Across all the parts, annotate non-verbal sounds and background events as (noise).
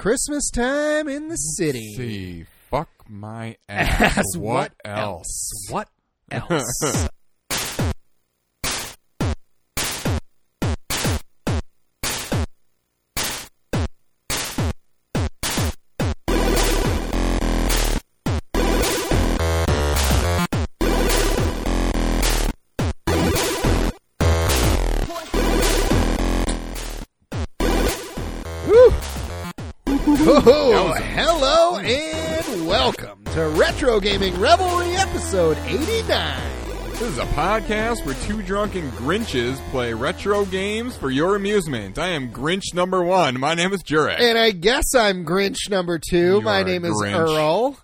Christmas time in the city. See, fuck (laughs) my ass. Ass, what, what else? (laughs) What else? Woo. Oh, hello and welcome to Retro Gaming Revelry episode 89. This is a podcast where two drunken Grinches play retro games for your amusement. I am Grinch number one. My name is Jurek. And I guess I'm Grinch number two. You My are a name is Grinch. Earl.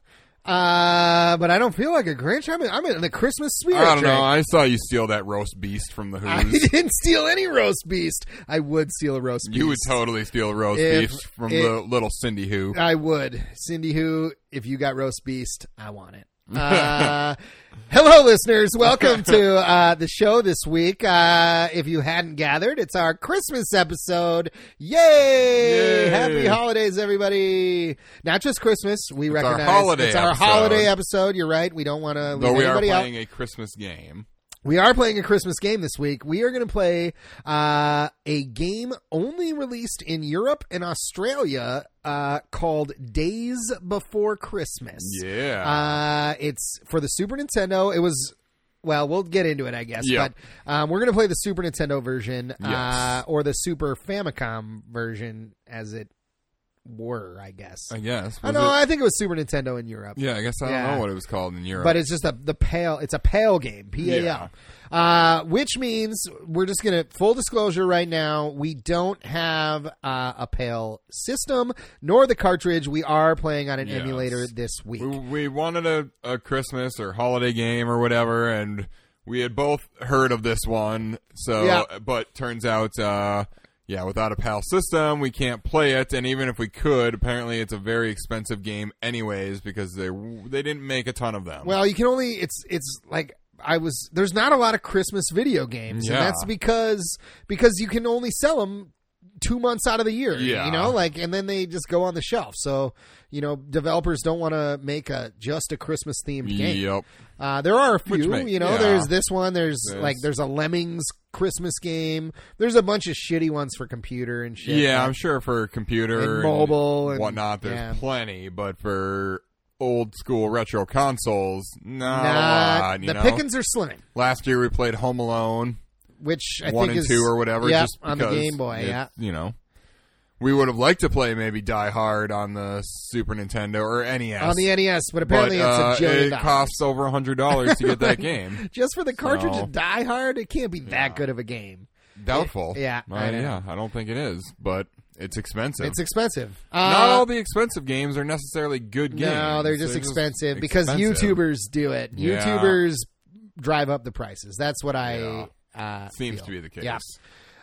Uh, but I don't feel like a Grinch. I'm in, I'm in the Christmas spirit. I don't Jake. know. I saw you steal that roast beast from the (laughs) I Who's. didn't steal any roast beast. I would steal a roast beast. You would totally steal roast If beast from it- the little Cindy Who. I would. Cindy Who, if you got roast beast, I want (laughs) it. Uh, hello, listeners. Welcome to uh, the show this week. Uh, if you hadn't gathered, it's our Christmas episode. Yay! Yay. Happy holidays, everybody. Not just Christmas. We our recognize holiday it's our episode. holiday episode. You're right. We don't want to leave Though we are anybody out. playing a Christmas game. We are playing a Christmas game this week. We are going to play uh, a game only released in Europe and Australia uh, called Days Before Christmas. Yeah. Uh, it's for the Super Nintendo. It was, well, we'll get into it, I guess. Yeah. But um, we're going to play the Super Nintendo version uh, Yes. or the Super Famicom version, as it were, I guess. I guess. Uh, I Was know. it- I think it was Super Nintendo in Europe yeah, I guess I Yeah. don't know what it was called in Europe. but it's just a the pale. It's a pale game, P A L, uh, which means we're just gonna full disclosure right now. We don't have uh, a pale system nor the cartridge. We are playing on an Yes. emulator this week. we, we wanted a, a Christmas or holiday game or whatever, and we had both heard of this one. So, Yeah. but turns out, uh, yeah, without a PAL system, we can't play it. And even if we could, apparently it's a very expensive game, anyways, because they they didn't make a ton of them. Well, you can only it's it's like I was there's not a lot of Christmas video games, Yeah. and that's because because you can only sell them two months out of the year. Yeah. you know, like and then they just go on the shelf. So you know, developers don't want to make a just a Christmas themed game. yep, Uh, there are a few, make- you know. yeah. There's this one. There's, There's- like there's a Lemmings Christmas game. There's a bunch of shitty ones for computer and shit. yeah, I'm Like, sure for computer, And and mobile and- whatnot, there's yeah. plenty, but for old school retro consoles, not, a not lot, you the know? pickings are slim, Last year we played Home Alone. which I one think and is two or whatever. Yeah, just on the because Game Boy. it- yeah, you know, we would have liked to play maybe Die Hard on the Super Nintendo or NES. on the NES. But but apparently uh, it's a jillion it dollars. costs over a hundred dollars to (laughs) get that game. Just for the cartridge So- of Die Hard, it can't be that good of a game. Doubtful. Yeah, Uh, I know. yeah. I don't think it is, but it's expensive. It's expensive. Not Uh, all the expensive games are necessarily good games. No, they're just expensive because expensive. YouTubers do it. Yeah. YouTubers drive up the prices. That's what I. Yeah. Uh, seems feel. to be the case. Yeah.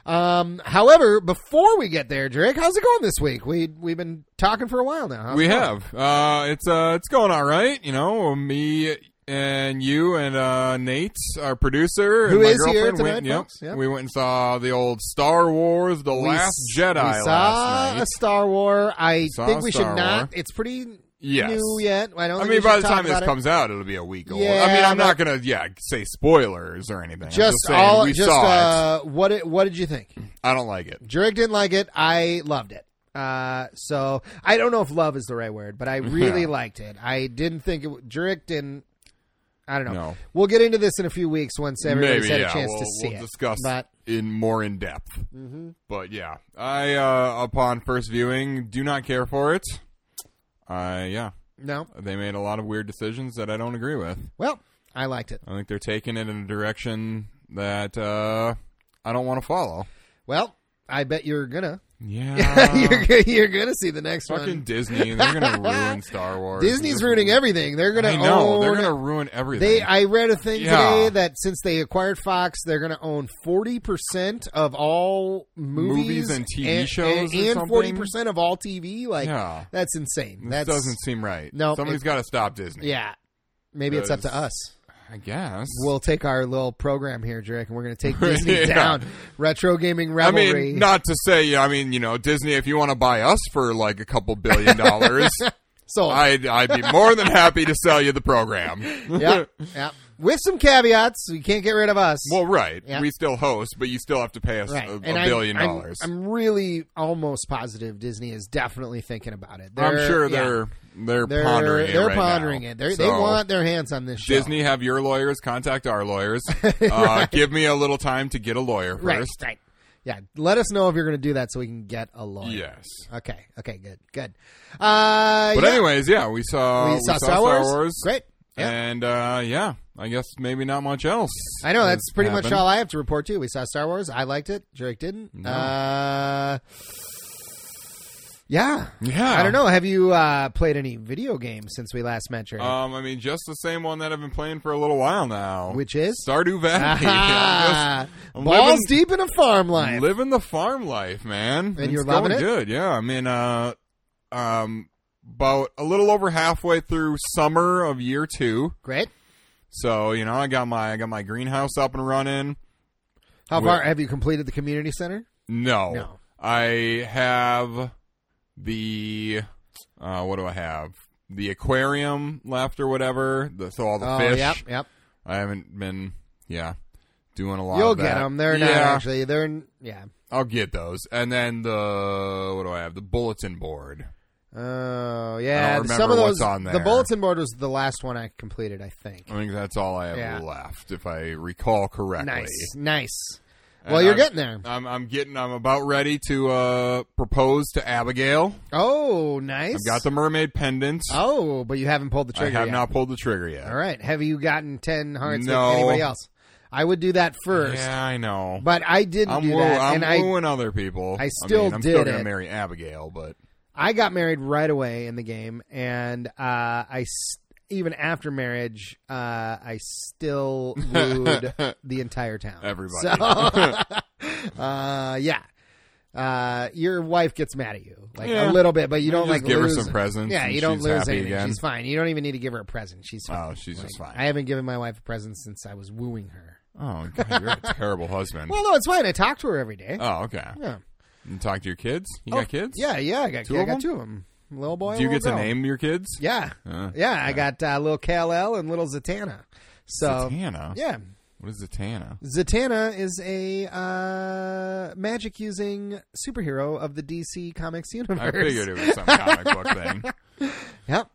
Um, however, before we get there, Drake, how's it going this week? We we've been talking for a while now. How's we it going? have. Uh, it's uh, it's going all right. You know, me and you and uh, Nate, our producer, Who and my is here girlfriend tonight, went. yep, folks, yep. we went and saw the old Star Wars: The We Last s- Jedi We saw last night. a Star Wars. I Saw think a we should Star not. War. It's pretty Yes. new yet. I don't. I think mean, we by should the talk time this about it. comes out, it'll be a week old. Yeah, I mean, I'm but- not gonna, yeah, say spoilers or anything. I'm just, saying all we just saw it. uh, what it, what did you think? I don't like it. Drake didn't like it. I loved it. Uh, so I don't know if love is the right word, (laughs) but I really Yeah. liked it. I didn't think it. Drake didn't. I don't know. No. We'll get into this in a few weeks once everybody's Maybe had yeah. a chance we'll, to see we'll it. discuss but Mm-hmm. in more in depth. But yeah, I uh, upon first viewing do not care for it. I yeah, no, they made a lot of weird decisions that I don't agree with. well, I liked it. I think they're taking it in a direction that uh, I don't want to follow. Well, I bet you're gonna (laughs) (laughs) Yeah, you're gonna, you're gonna see the next Uh, fucking one. Disney. They're (laughs) gonna ruin Star Wars. Disney's ruining everything. They're gonna I know own. they're gonna ruin everything. they I read a thing Yeah. today that since they acquired Fox, they're gonna own forty percent of all movies, Movies and TV shows or and something? forty percent of all TV. Like Yeah. that's insane. this That's doesn't seem right. No, somebody's it- got to stop Disney. yeah. Maybe it's up Does- to us. I guess. We'll take our little program here, Drake, and we're going to take Disney (laughs) Yeah. down. Retro gaming I revelry. mean, not to say. I mean, you know, Disney. If you want to buy us for like a couple (laughs) billion dollars, so I'd I'd be more than happy to sell you the program. (laughs) yeah, yeah. With some caveats, you can't get rid of us. Well, right. Yeah. We still host, but you still have to pay us right, a, a and I'm- 1000000000 I'm, dollars. I'm, really almost positive Disney is definitely thinking about it. I'm They're- sure yeah, they're they're, they're pondering it. they're right pondering now. it. They're, they So, want their hands on this show. Disney have your lawyers contact our lawyers. (laughs) Uh, Give me a little time to get a lawyer right, first. right. Yeah, let us know if you're going to do that so we can get a lawyer. Yes. Okay. Okay. Good. Good. Uh, But yeah, anyways, yeah, we saw we saw, Star, Wars. Great. Yeah. and uh, yeah, I guess maybe not much else. I know that's pretty much happened. all I have to report too. We saw Star Wars. I liked it. Drake didn't. Uh, yeah. Yeah, I don't know. Have you uh, played any video games since we last met, Drake? Um, I mean, just the same one that I've been playing for a little while now, Which is (laughs) Stardew Valley. (laughs) I'm Ah, I'm balls living- deep in a farm (laughs) just life. living the farm life, man. And you're it's going loving it? good. Yeah, I mean, uh, um, about a little over halfway through summer of year two. Great. So you know, I got my I got my greenhouse up and running. How Wh- far have you completed the community center? No, No. I have the uh, what do I have? The aquarium left or whatever. The, so all the oh, fish. yep, yep. I haven't been. Yeah. Doing a lot. You'll of get that. them. They're yeah, not actually. They're n- yeah. I'll get those, and then the what do I have? The bulletin board. Oh yeah. remember Some of what's those. on The there. bulletin board was the last one I completed. I think. I think that's all I have Yeah. left, if I recall correctly. Nice, nice. And well, you're I'm- getting there. I'm, I'm getting. I'm about ready to uh, propose to Abigail. Oh, nice. I've got the mermaid pendant. Oh, but you haven't pulled the I trigger. have yet. not pulled the trigger yet. All right. Have you gotten ten hearts No. like anybody else? I would do that first, Yeah, I know. but I didn't I'm, do woo- that, I'm and I wooing other people. I still mean, I'm still did gonna it. marry Abigail, but I got married right away in the game, and uh, I s- even after marriage, uh, I still (laughs) wooed the entire town. Everybody. So, (laughs) uh, yeah. Uh, your wife gets mad at you like Yeah. a little bit, but you don't just like give her lose- some presents Yeah, and you don't she's lose happy anything. again. She's fine. You don't even need to give her a present. She's fine. oh, she's just I fine. haven't given my wife a present since I was wooing (laughs) her. oh, God, you're (laughs) a terrible husband. Well, no, it's fine. I talk to her every day. Oh, okay. yeah, You talk to your kids. You Oh, got kids? Yeah, yeah. I got Two I of got them? two of them. Little boy. Do you and get to little girl. name your kids? Yeah. Uh, Yeah, I got uh, little Kal El and little Zatanna. So Zatanna. yeah, What is Zatanna? Zatanna is a uh, magic using superhero of the DC Comics universe. I figured it was some comic book (laughs) thing. Yep.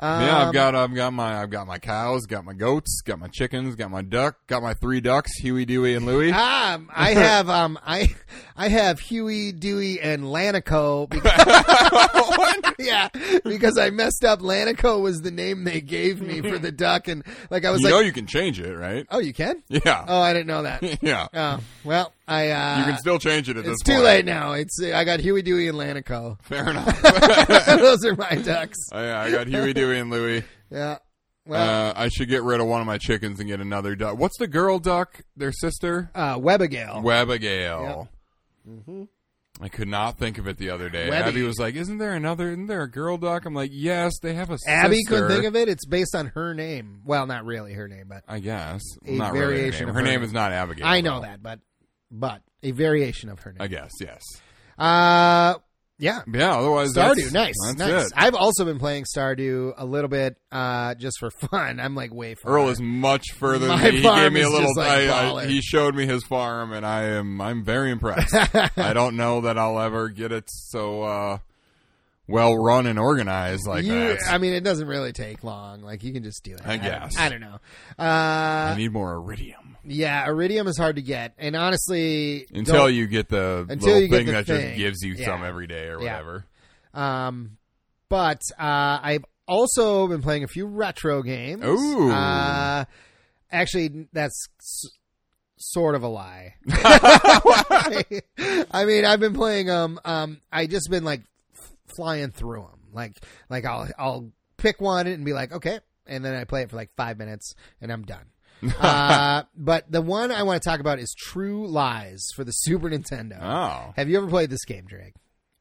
Um, Yeah, I've got I've got my I've got my cows, got my goats, got my chickens, got my duck, got my three ducks, Huey, Dewey, and Louie. Um, (laughs) I (laughs) have um, I I have Huey, Dewey, and (laughs) Lanico. Because, yeah, because I messed up. Lanico was the name they gave me for the duck, and like I was You like, know you can change it, right? oh, you can? Yeah. (laughs) Oh, I didn't know that. Yeah. Oh, well, I uh, You can still change it at this It's too point. late now. It's I got Huey, Dewey, and (laughs) Lanico. Fair enough. (laughs) Those are my ducks. Oh, yeah, I got Huey, Dewey, and Louie. Yeah. Well, Uh, I should get rid of one of my chickens and get another duck. What's the girl duck? Their sister? uh, Webigail. Webigail. I could not think of it the other day. Webby. Abby was like, "Isn't there another? Isn't there a girl duck?" I'm like, "Yes, they have a Abby sister." couldn't think of it. It's based on her name. Well, not really her name, but I guess A not really her variation name. of Her her name name. is not Abigail. I know though. that. But but a variation of her I name. guess yes. Uh, yeah. Yeah. Otherwise, Stardew, that's- nice, That's nice. it. I've also been playing Stardew a little bit, uh, just for (laughs) fun. I'm like way far. (laughs) Earl is much further. My than me. He farm gave me a is little. just like I- I- baller. he showed me his farm, and I am. I'm very impressed. (laughs) I don't know that I'll ever get it so uh, well run and organized like You- that. I mean, it doesn't really take long. Like you can just do it. I guess. I, don't know. Uh, I need more iridium yeah, iridium is hard to get, and honestly, until don't- you get the Until little you get thing the that thing. just gives you Yeah. some every day or Yeah. whatever. Um, but uh, I've also been playing a few retro games. Ooh. Uh, actually, that's s- sort of a (laughs) lie. (laughs) I mean, I've been playing. Um, um, I just been like f- flying through them. Like, like I'll I'll pick one and be like, okay, and then I play it for like five minutes and I'm (laughs) done. uh, but the one I want to talk about is True Lies for the Super Nintendo. Oh, Have you ever played this game, Drake?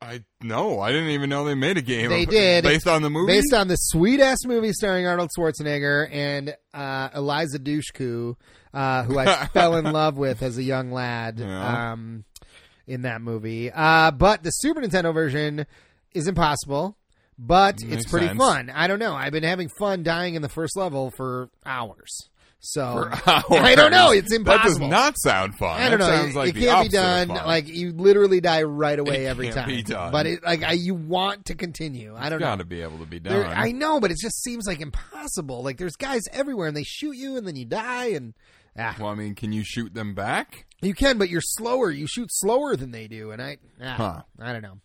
I no, I didn't even know they made a game. They of- did. based on the movie. Based on the sweet ass movie starring Arnold Schwarzenegger and uh, Eliza Dushku, uh, who (laughs) I fell in love with as a young lad Yeah. um, in that movie. Uh, but the Super Nintendo version is impossible, but Makes it's pretty sense. fun. I don't know. I've been having fun dying in the first level for hours. So (laughs) Hours. don't know, it's That impossible. does not sound fun. I don't That know. Sounds like it the can't be opposite of done. fun. Like you literally die right away It every can't time. be done. But it, like I, you want to continue. I don't know. got to be able to be done. There- I know, but it just seems like impossible. Like there's guys everywhere, and they shoot you, and then you die, and ah, well, I mean, can you shoot them back? you can, but you're slower. You shoot slower than they do, and I, ah, Huh. I don't know.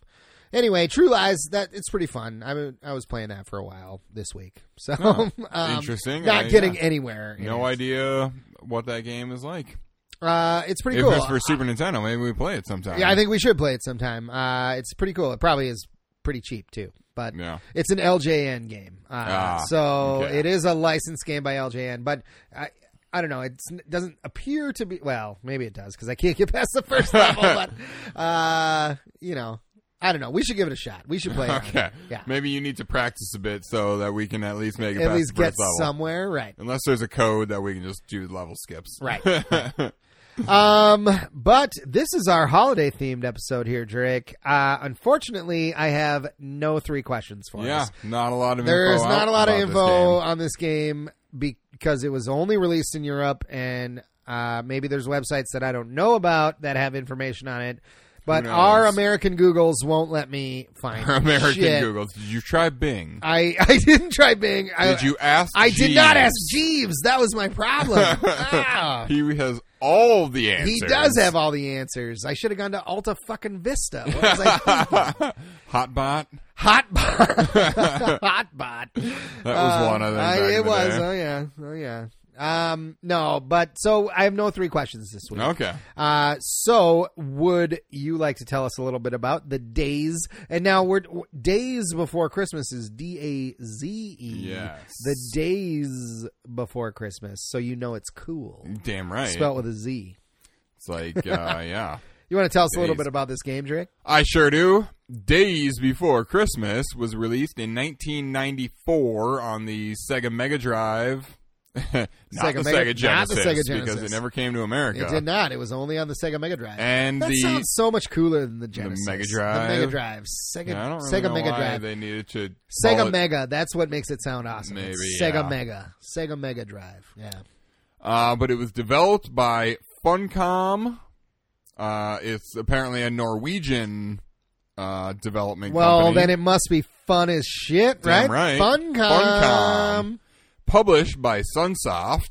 Anyway, True Lies that it's pretty fun. I mean, I was playing that for a while this week, (laughs) so um, interesting. Not I- uh, getting yeah. anywhere. in No it. idea what that game is like. Uh, it's pretty if cool. it's for Super Nintendo, maybe we play it sometime. yeah, I think we should play it sometime. Uh, it's pretty cool. It probably is pretty cheap too, but Yeah. It's an LJN game, uh, Ah, so okay. it is a licensed game by LJN. But I, I don't know. It's, it doesn't appear to be. Well, maybe it does because I can't (laughs) get past the first level. (laughs) But uh, you know, I don't know. We should give it a shot. We should play. it. (laughs) Okay. Yeah. Maybe you need to practice a bit so that we can at least make it At past least the get first level. somewhere, right? Unless there's a code that we can just do level skips. Right. (laughs) Um, but this is our holiday themed episode here, Drake. Uh, unfortunately, I have no three questions for yeah. us. Not a lot of info. There's not out a lot of about this info game. on this game because it was only released in Europe, and uh, maybe there's websites that I don't know about that have information on it. But Who our knows? American Googles won't let me find (laughs) American shit. Google. Did you try Bing? I, I didn't try Bing. I, Did you ask? I did not Jeeves? ask Jeeves. That was my (laughs) problem. Ah. He has all the answers. He does have all the answers. I should have gone to Alta fucking Vista. What was I (laughs) thinking? Hotbot. (laughs) Hotbot. (laughs) Hotbot. That was one of Um, them. I- back in it the was. day. Oh yeah. Oh yeah. Um, no, but so I have no three questions this week. Okay. Uh, so would you like to tell us a little bit about the days? And now we're days before Christmas is D A Z E. Yes. The days before Christmas, so you know it's cool. Damn right. Spelled with a Z. It's like, uh, (laughs) yeah. You want to tell us a little Days. bit about this game, Drake? I sure do. Days Before Christmas was released in 1994 on the Sega Mega Drive. (laughs) not the Mega- Sega Genesis, not the Sega because Genesis. it never came to America. It did not. It was only on the Sega Mega Drive. And that the sounds so much cooler than the Genesis. Mega The Mega Drive. Drive. Sega, Yeah, I don't really Sega know Mega why Drive. They needed to call Sega it- Mega. That's what makes it sound awesome. It's Maybe, Sega yeah. Mega. Sega Mega Drive. Yeah. Uh, but it was developed by Funcom. Uh, it's apparently a Norwegian uh, development Well, company. then it must be fun as shit, Damn right? right. Funcom. Funcom. published by Sunsoft.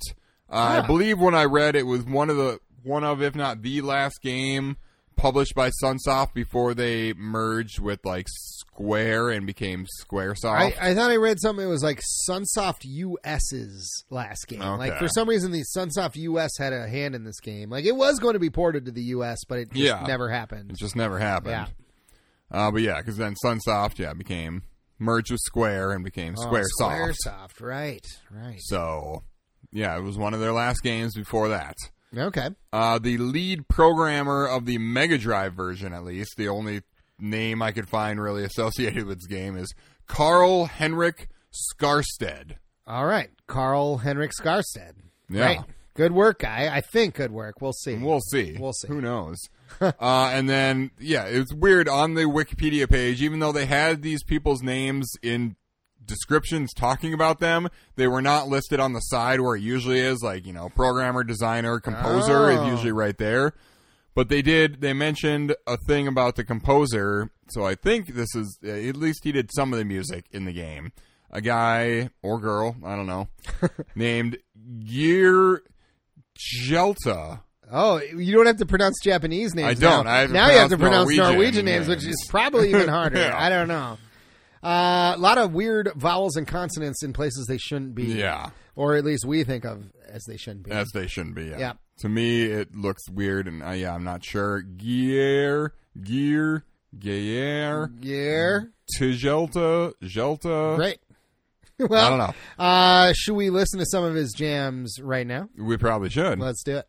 Uh, Ah. I believe when I read it was one of the one of if not the last game published by Sunsoft before they merged with like Square and became I, SquareSoft. I thought I read something. It was like Sunsoft US's last game. Like Okay. for some reason, the Sunsoft US had a hand in this game. Like it was going to be ported to the US, but it just Yeah. never it happened. just never happened. Yeah. Uh, but yeah, because then Sunsoft yeah became merged with Square and became Oh, SquareSoft. SquareSoft. Right. Right. So yeah, it was one of their last games before that. Okay. Uh, the lead programmer of the Mega Drive version, at least, the only name I could find really associated with this game is Carl Henrik Skarstead. All right. Carl Henrik Skarstead. Yeah. Right. Good work, guy. I think good work. We'll see. We'll see. We'll see. Who knows? (laughs) uh, and then, yeah, it's weird on the Wikipedia page, even though they had these people's names in descriptions talking about them, they were not listed on the side where it usually is, like, you know, programmer, designer, Oh. composer is usually right there. But they did, they mentioned a thing about the composer, so I think this is, at least he did some of the music in the game. A guy or girl, I (laughs) don't know, named Gear Jelta. Oh, you don't have to pronounce Japanese names. I don't. Now, I have to Now you have to pronounce pronounce Norwegian, Norwegian names, which names. is probably even harder. (laughs) Yeah. I don't know. Uh, a lot of weird vowels and consonants in places they shouldn't be. Yeah. Or at least we think of as they shouldn't be. As they shouldn't be. Yeah. Yeah. To me, it looks weird, and uh, yeah, I'm not sure. Gear, gear, gear, yeah. tijelta, jelta. Great. (laughs) Well, Mm-hmm. I don't know. Uh, should we listen to some of his jams right now? We probably should. (laughs) Let's do it.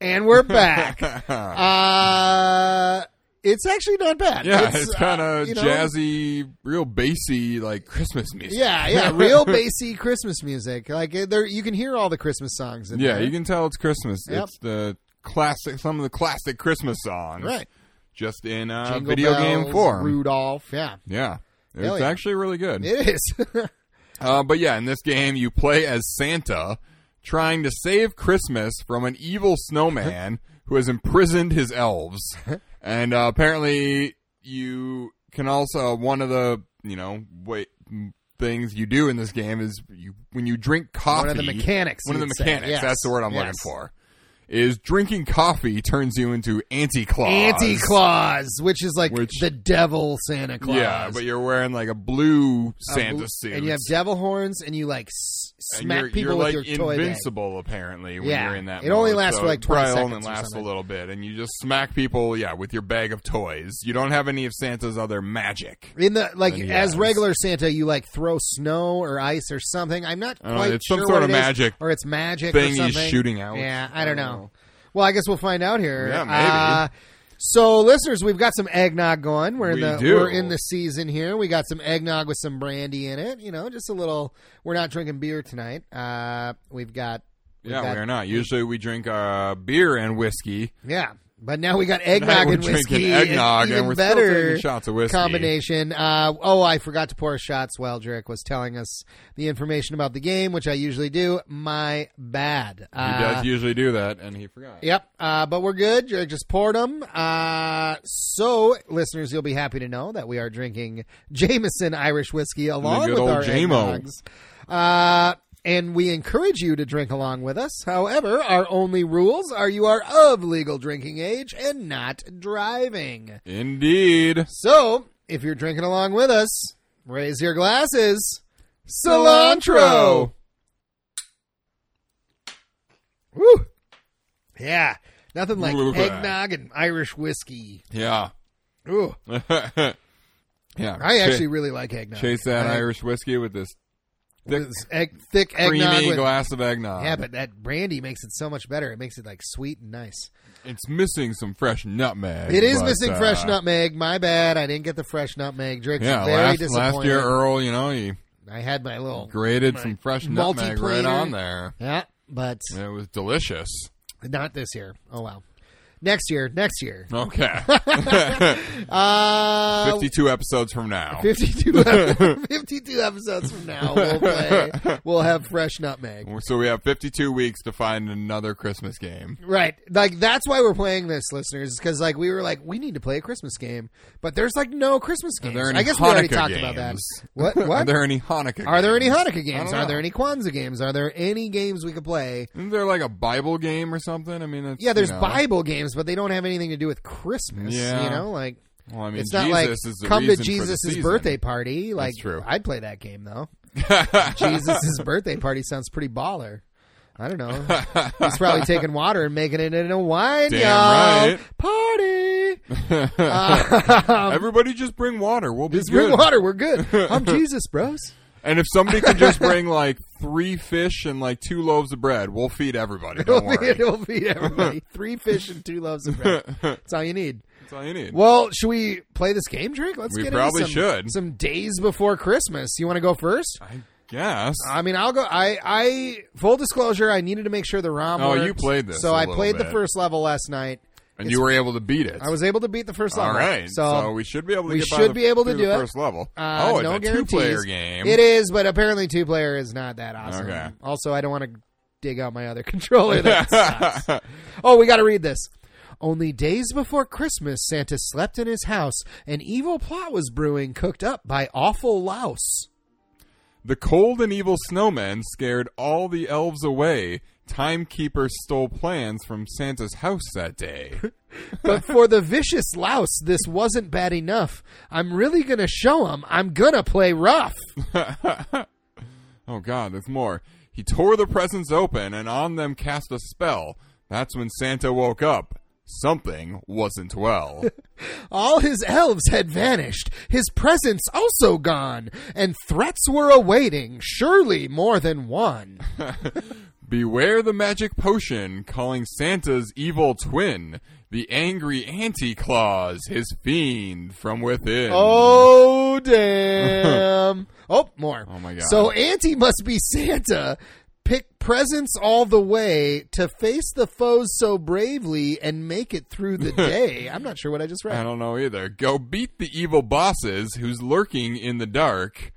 And we're (laughs) back. uh, it's actually not bad. yeah, it's, kind uh, of you know, jazzy, real bassy, like Christmas music. Yeah, (laughs) yeah, real bassy Christmas music. Like uh, there, you can hear all the Christmas songs. In yeah, there. you can tell it's Christmas. Yep. It's the classic, some of the classic Christmas songs, right. Just in uh, Jingle video game Bells, form. Rudolph. Yeah, Yeah, it's Hell yeah. actually really good. it is. (laughs) Uh, but yeah, in this game, you play as Santa trying to save Christmas from an evil (laughs) snowman who has imprisoned his elves. and uh, apparently, you can also, one of the, you know, wait. Things you do in this game is you, when you drink coffee. One of the mechanics, One of the you'd say. mechanics. Yes. That's the word I'm Yes. looking for. Is drinking coffee turns you into Anti-Claus. Anti Claus, which is like Which- the devil Santa Claus. Yeah, but you're wearing like a blue A Santa blue- suit. and you have devil horns, and you like s- And smack you're, people you're with like your toy. bag. invincible apparently when Yeah. you're in that It only mode, lasts so for, like, it 20 probably seconds only or lasts a something. little bit and you just smack people yeah with your bag of toys you don't have any of santa's other magic In the like And as yes. regular Santa, you like throw snow or ice or something. I'm not don't know, quite Uh, it's sure some sort what of it is, magic or it's magic thing or he's something. shooting out. Yeah, I don't I don't know. Well, I guess we'll find out here. Yeah, maybe. Uh, so, listeners, we've got some eggnog going. We're in We the do. we're in the season here. We got some eggnog with some brandy in it. You know, just a little. We're not drinking beer tonight. Uh, we've got we've yeah got- we're not usually we drink uh, beer and whiskey yeah, but now we got Tonight eggnog we're and whiskey. drinking eggnog It's even and we're better still taking shots of whiskey combination. Uh, oh, I forgot to pour shots while Jarek was telling us the information about the game, which I usually do. My bad. he Uh, does usually do that and he forgot Yep. Uh, but we're good. Jarek just poured them. Uh, so, listeners, you'll be happy to know that we are drinking Jameson Irish whiskey along good with old our Jamo. eggnogs. Uh, and we encourage you to drink along with us. However, our only rules are you are of legal drinking age and not driving. indeed So, if you're drinking along with us, raise your glasses. Cilantro. Woo. Yeah. Nothing like Blah, blah, blah. eggnog and Irish whiskey. yeah (laughs) Ooh. yeah I Ch- actually really like eggnog. chase that I- irish whiskey with this thick with egg, thick eggnog. creamy With, glass of eggnog yeah, but that brandy makes it so much better. It makes it like sweet and nice. It's missing some fresh nutmeg. It is but, missing uh, fresh nutmeg. My bad. I didn't get the fresh nutmeg. Drake's Yeah, very last, disappointed. last year er- Earl, you know, he I had my little grated some fresh nutmeg right multiplayer. on there. yeah, but And It was delicious. Not this year. Oh wow. Next year. Next year. (laughs) Okay, Uh, fifty-two episodes from now. (laughs) 52, ep- 52 episodes from now, we'll play. We'll have fresh nutmeg. So we have fifty-two weeks to find another Christmas game. Right. Like that's why we're playing this, listeners, because like we were like we need to play a Christmas game, but there's like no Christmas games. there any I guess we already Hanukkah talked about that. games? (laughs) What? Are What? there any Hanukkah? Are there any games? Hanukkah I games? don't Are know. there any Kwanzaa games? Are there any games we could play? Isn't there like a Bible game or something? I mean, that's, Yeah, there's you know, Bible games, but they don't have anything to do with Christmas. Yeah. You know, like Well, I mean, it's not Jesus like is the come to reason for the Jesus' season. birthday party. Like true. I'd play that game though. (laughs) Jesus' birthday party sounds pretty baller. I don't know. He's probably taking water and making it into wine, Damn y'all. right. Party. (laughs) Uh, Everybody, just bring water. We'll be just good. bring water. We're good. (laughs) I'm Jesus, bros. And if somebody could just bring like three fish and like two loaves of bread, we'll feed (laughs) everybody. Don't It'll, be, worry. it'll be (laughs) everybody. Three fish and two loaves of bread. That's all you need. That's all you need. Well, should we play this game, Drake? Let's We get probably into some, should. some days before Christmas. You want to go first? I guess. I mean, I'll go. I, I full disclosure, I needed to make sure the ROM. Oh, worked, you played this so a I little played the bit. first level last night. and you were able to beat it. I was able to beat the first all level. right. so, we should be able to we get by should the- be able to through the do it. first level. uh, oh, it's no a guarantees. (laughs) two-player game. It is, but apparently two player is not that awesome. Okay. Also, I don't want to dig out my other (laughs) controller. (laughs) That sucks. oh, we got to read this. Only days before Christmas, Santa slept in his house. An evil plot was brewing, cooked up by awful louse. The cold and evil snowmen scared all the elves away. Timekeeper stole plans from Santa's house that day. But for the vicious louse, this wasn't bad enough. I'm really gonna show him. I'm gonna play rough. oh god, there's more. He tore the presents open and on them cast a spell. That's when Santa woke up. Something wasn't (laughs) well. All his elves had vanished, his presents also gone, and threats were awaiting, surely more than one. Beware the magic potion, calling Santa's evil twin, the angry Anti-Claus, his fiend from within. Oh (laughs) damn! oh, more. Oh, my God. So Auntie must be Santa. Pick presents all the way to face the foes so bravely and make it through (laughs) the day. I'm not sure what I just I read. don't know either. Go beat the evil bosses who's lurking in the dark.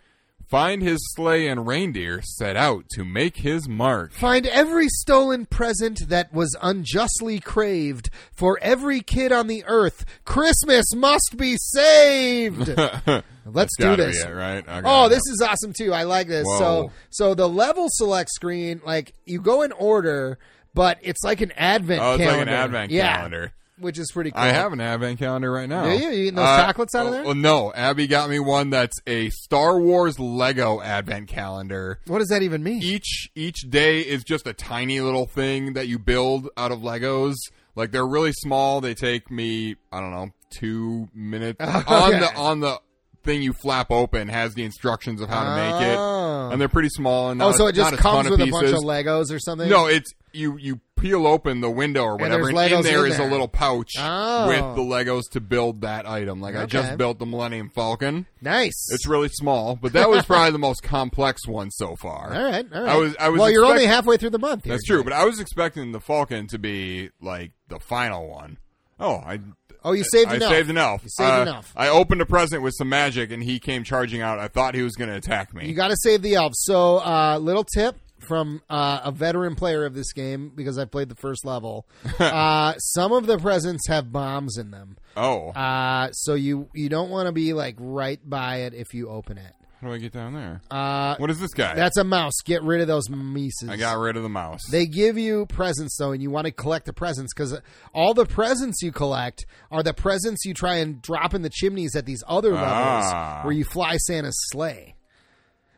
Find his sleigh and reindeer set out to make his mark. Find every stolen present that was unjustly craved for every kid on the earth. Christmas must be (laughs) saved. Let's do Gotta be this. it, right? Okay. Oh, this is awesome too. I like this. So Whoa. so the level select screen, like you go in order, but it's like an advent Oh, it's calendar. like an advent Yeah, calendar. Which is pretty cool. I have an advent calendar right now. Do you? You eating those chocolates out of there? Well, no. Abby got me one that's a Star Wars Lego advent calendar. What does that even mean? Each each day is just a tiny little thing that you build out of Legos. Like they're really small. They take me I don't know two (laughs) minutes on the on the thing you flap open has the instructions of how to make it, Oh. and they're pretty small. And oh, not- so it just not a ton comes with of a bunch of pieces. Legos or something? No, it's you. You peel open the window or whatever, there's and, in Legos there in is there. a little pouch Oh. with the Legos to build that item. Like I Okay. just built the Millennium Falcon. Nice. It's really small, but that was probably the most complex one so far. all right, all right. I was. I was. well, you're expect- only halfway through the month. Here, That's true, Jake. but I was expecting the Falcon to be like the final one. Oh, I. oh, you saved I enough. saved enough. saved Uh, enough. I opened a present with some magic, and he came charging out. I thought he was going to attack me. You got to save the elves. So, uh, little tip from uh, a veteran player of this game because I played the first (laughs) level. uh, some of the presents have bombs in them, oh, uh, so you you don't want to be like right by it if you open it. how do I get down there? Uh, what is this guy? that's a mouse. Get rid of those mices. I got rid of the mouse. They give you presents though, and you want to collect the presents because all the presents you collect are the presents you try and drop in the chimneys at these other levels Ah. where you fly Santa's sleigh.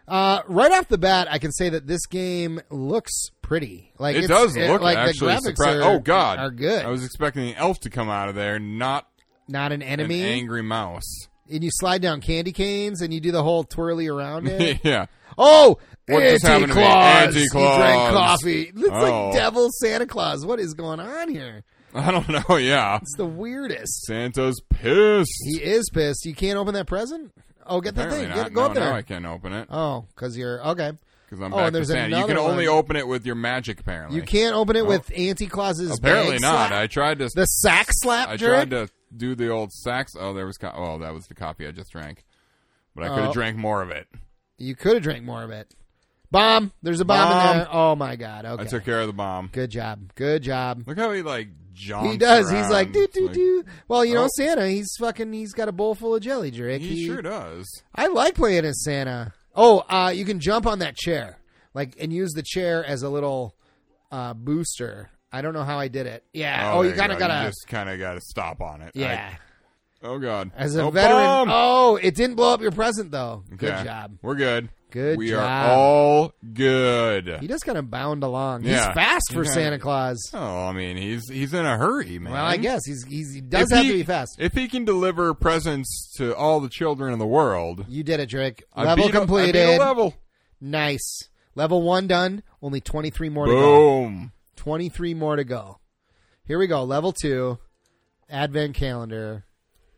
Uh, right off the bat, I can say that this game looks pretty. Like It it's- does look like actually the graphics surpri- are, oh god are good. I was expecting an elf to come out of there, not Not an an enemy, angry mouse. (laughs) and you slide down candy canes and you do the whole twirly around it. (laughs) yeah. oh, What just happened to me? Anti-Claus! He Anti-Claus. drank coffee. It's Oh. like Devil Santa Claus. What is going on here? I don't know, yeah. It's the weirdest. Santa's pissed. He is pissed. You can't open that present. Oh, get the Apparently thing. not. Get it, go no, up there. no, I can't open it Oh, because you're okay. because I'm Oh, back and to there's Santa. You another can only one. open it with your magic, apparently. You can't open it with Auntie Claus's. (laughs) Oh. Apparently bag not. slap- I tried to. the sack slap. I Jared? tried to do the old sax. Oh, there was. Co- oh, that was the coffee I just drank, but I could have Oh. drank more of it. You could have drank more of it. Bomb. There's a bomb, Bomb. in there. Oh my god. Okay. I took care of the bomb. Good job. Good job. Look how he like jaunts. He does. Around. He's like do It's do do. Well, you know Oh. Santa. He's fucking. He's got a bowl full of jelly, Drake. He sure does. I like playing as Santa. Oh, uh, you can jump on that chair, like, and use the chair as a little uh, booster. I don't know how I did it. Yeah. Oh, you there kind of go. gotta. You just kind of got to stop on it. yeah. I- oh God. as a oh, veteran. bomb! Oh, it didn't blow up your present though. Okay. Good job. We're good. Good We job. are all good. He just kind of bound along. Yeah. He's fast for Okay. Santa Claus. Oh, I mean, he's he's in a hurry, man. Well, I guess he's, he's he does have he, to be fast. If he can deliver presents to all the children in the world, You did it, Drake. I Level beat a- I beat a completed. level. Nice. Level one done. Only twenty three more to go. Boom. 23 more to go. Here we go. Level two, advent calendar.